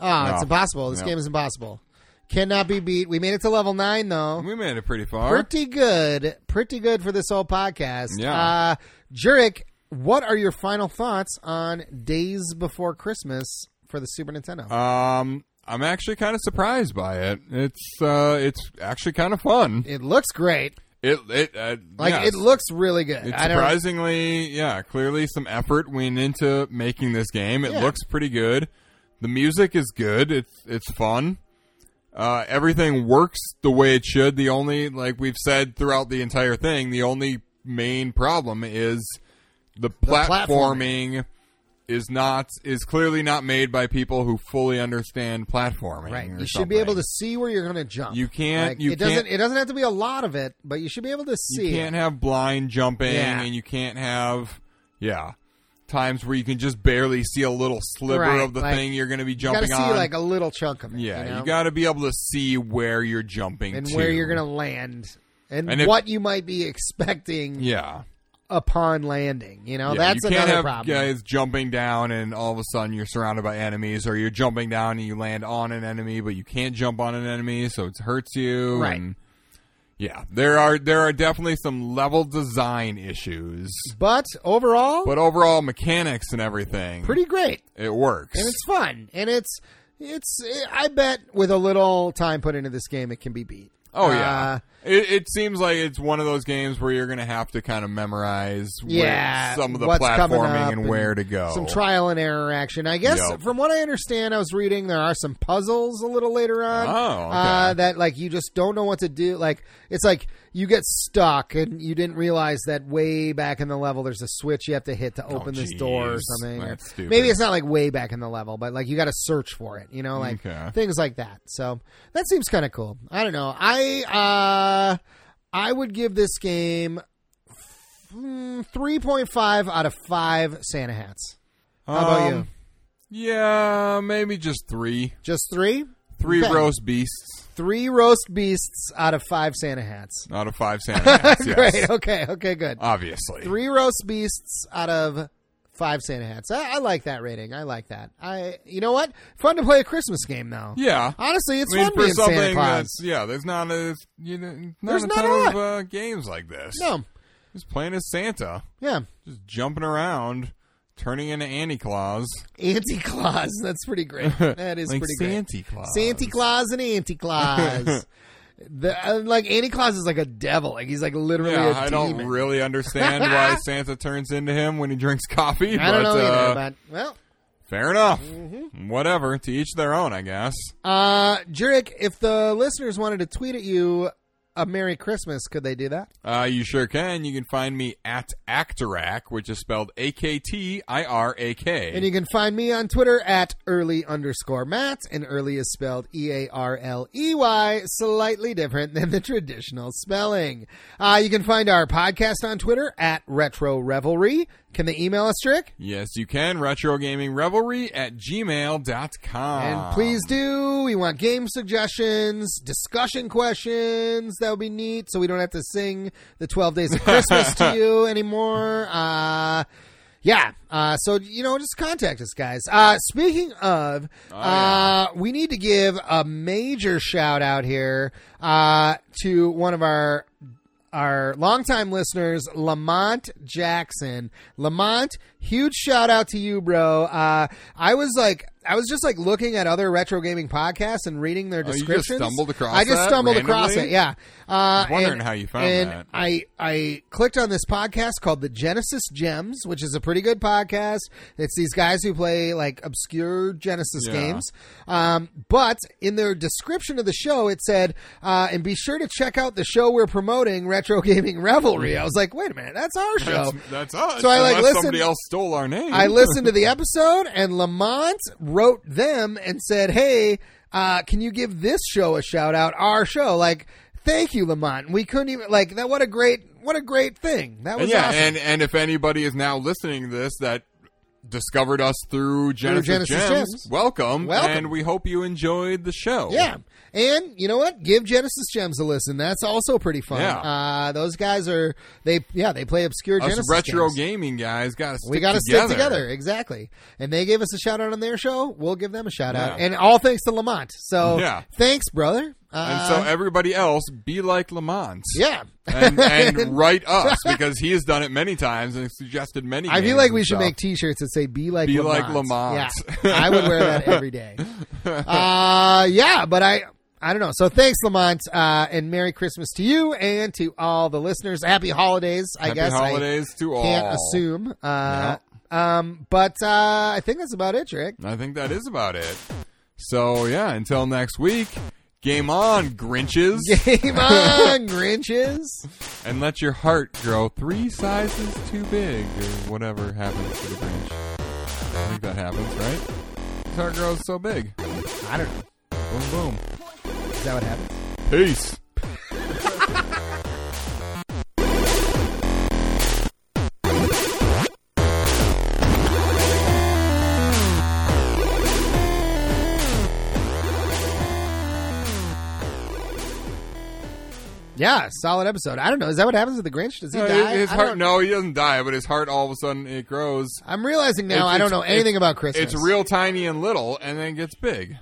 Oh, it's No. impossible. This No. game is impossible. Cannot be beat. We made it to level nine though. We made it pretty far. Pretty good. Pretty good for this whole podcast. Yeah. Uh, Jurek, what are your final thoughts on Days Before Christmas for the Super Nintendo? Um, I'm actually kind of surprised by it. It's uh, it's actually kind of fun. it looks great. It it uh, Like yes. it looks really good. It's I don't. surprisingly, yeah, clearly some effort went into making this game. It Yeah. looks pretty good. The music is good. It's it's fun. Uh, everything works the way it should. The only like we've said throughout the entire thing, the only main problem is the platforming. platforming is not is clearly not made by people who fully understand platforming. Right. or You should be able something. to see where you're going to jump. You can't- Like, you it doesn't. can't- It doesn't have to be a lot of it, but you should be able to see. You it. can't have blind jumping, Yeah. and you can't have yeah times where you can just barely see a little sliver Right, of the like, thing you're going to be You gotta jumping see on. like a little chunk of it. yeah, you, you, know? got to be able to see where you're jumping and to. where you're going to land, and, And if- what you might be expecting Yeah, upon landing. You know, yeah. that's you can't another have problem. guys jumping down, and all of a sudden you're surrounded by enemies, or you're jumping down and you land on an enemy, but you can't jump on an enemy, so it hurts you. Right. and- yeah, there are there are definitely some level design issues, But overall, but overall mechanics and everything pretty great, It works. and it's fun, and it's it's. I bet with a little time put into this game, it can be beat. Uh, oh yeah. It, it seems like it's one of those games where you're going to have to kind of memorize yeah, where, some of the what's coming platforming up and where to go. Some trial and error action. I guess Yep. from what I understand, I was reading there are some puzzles a little later on. Oh, okay. uh, that like you just don't know what to do. Like it's like you get stuck and you didn't realize that way back in the level there's a switch you have to hit to open this door or Oh, jeez. something. Or That's stupid. Maybe it's not like way back in the level, but like you got to search for it. You know, like Okay. things like that. So that seems kind of cool. I don't know. I uh, I would give this game Mm, 3.5 out of 5 Santa hats. How about you? Um, Yeah, maybe just three. Just 3? Three Okay. roast beasts 3 roast beasts out of 5 Santa hats. (laughs) out of five Santa hats. yes. Uh, Great. Okay. Okay, good. Obviously. 3 roast beasts out of 5 Santa hats. I, I like that rating. I like that. I you know what? Fun to play a Christmas game though. Yeah. Honestly, it's I mean, fun for being Santa something Claus. that's yeah, there's not a you know, not There's a not ton a of lot. uh, games like this. No. just playing as Santa, Yeah. just jumping around, turning into Annie Claus. Anti Claus. That's pretty (laughs) great. That is like pretty great. Santa Claus. Santa Claus and Anti (laughs) Claus. the uh, like Anti Claus is like a devil. Like he's like literally Yeah, a I demon. don't really understand (laughs) why Santa turns into him when he drinks coffee. I don't but, know either, uh, but Mm-hmm. well, fair enough. Whatever. To each their own, I guess. uh, Jurek, if the listeners wanted to tweet at you a Merry Christmas, could they do that? Uh, you sure can. You can find me at Actorac, which is spelled A K T I R A And K. you can find me on Twitter at early underscore Matt, and early is spelled E A R L E Y, slightly different than the traditional spelling. Uh, you can find our podcast on Twitter at Retro Revelry. Can they email us, Jurek? Yes, you can. Retro Gaming Revelry at gmail.com. And please do. We want game suggestions, discussion questions. That would be neat. So we don't have to sing the 12 Days of Christmas to you anymore. Uh, yeah. Uh, so, you know, just contact us, guys. Uh, speaking of, uh, we need to give a major shout out here uh, to one of our our longtime listeners, Lamont Jackson. Lamont, huge shout out to you, bro. Uh, I was like, I was just like looking at other retro gaming podcasts and reading their Oh, you just descriptions. stumbled across I just that stumbled across randomly? it. Yeah. Uh, wondering and- how you found and that. I I clicked on this podcast called the Genesis Gems, which is a pretty good podcast. It's these guys who play like obscure Genesis Yeah. games. Um, but in their description of the show, it said, uh, "And be sure to check out the show we're promoting, Retro Gaming Revelry." I was like, "Wait a minute, that's our show." That's, that's us. So I, like, unless listened- somebody else stole our name. I (laughs) listened to the episode, and Lamont wrote them and said, "Hey, uh, can you give this show a shout out? Our show, like, thank you, Lamont. We couldn't even like that. What a great, what a great thing. That was yeah, awesome. and and if anybody is now listening to this that discovered us through Genesis, Genesis Gems, Gems. Welcome, Welcome. and we hope you enjoyed the show. Yeah. And you know what? Give Genesis Gems a listen. That's also pretty fun. Yeah. Uh, those guys are they yeah, they play obscure us Genesis retro games. gaming guys got to stick We got to together. stick together. Exactly. And they gave us a shout out on their show. We'll give them a shout out. Yeah. And all thanks to Lamont. So Yeah. thanks, brother. And Uh, so everybody else, be like Lamont. yeah. (laughs) and, and write us because he has done it many times and suggested many. I feel games like and we should stuff. make T-shirts that say "Be like Be Lamont. like Lamont. Yeah, I would wear that every (laughs) day. Uh, yeah, but I I don't know. So thanks, Lamont, uh, and Merry Christmas to you and to all the listeners. Happy holidays, I Happy guess. I holidays to all. can't assume. Uh, Um, but uh, I think that's about it, Rick. (laughs) I think that is about it. So yeah, until next week, game (laughs) on, Grinches, Game (laughs) on, Grinches. and let your heart grow three sizes too big, or whatever happens to the Grinch. I think that happens, right? His heart grows so big. I don't know. Boom, boom. Is that what happens? Peace. Yeah, solid episode. I don't know. Is that what happens with the Grinch? Does he No, die? Uh, his I heart. don't- No, he doesn't die, but his heart all of a sudden it grows. I'm realizing now It's- I don't it's- know anything about Christmas. It's real tiny and little, and then it gets big.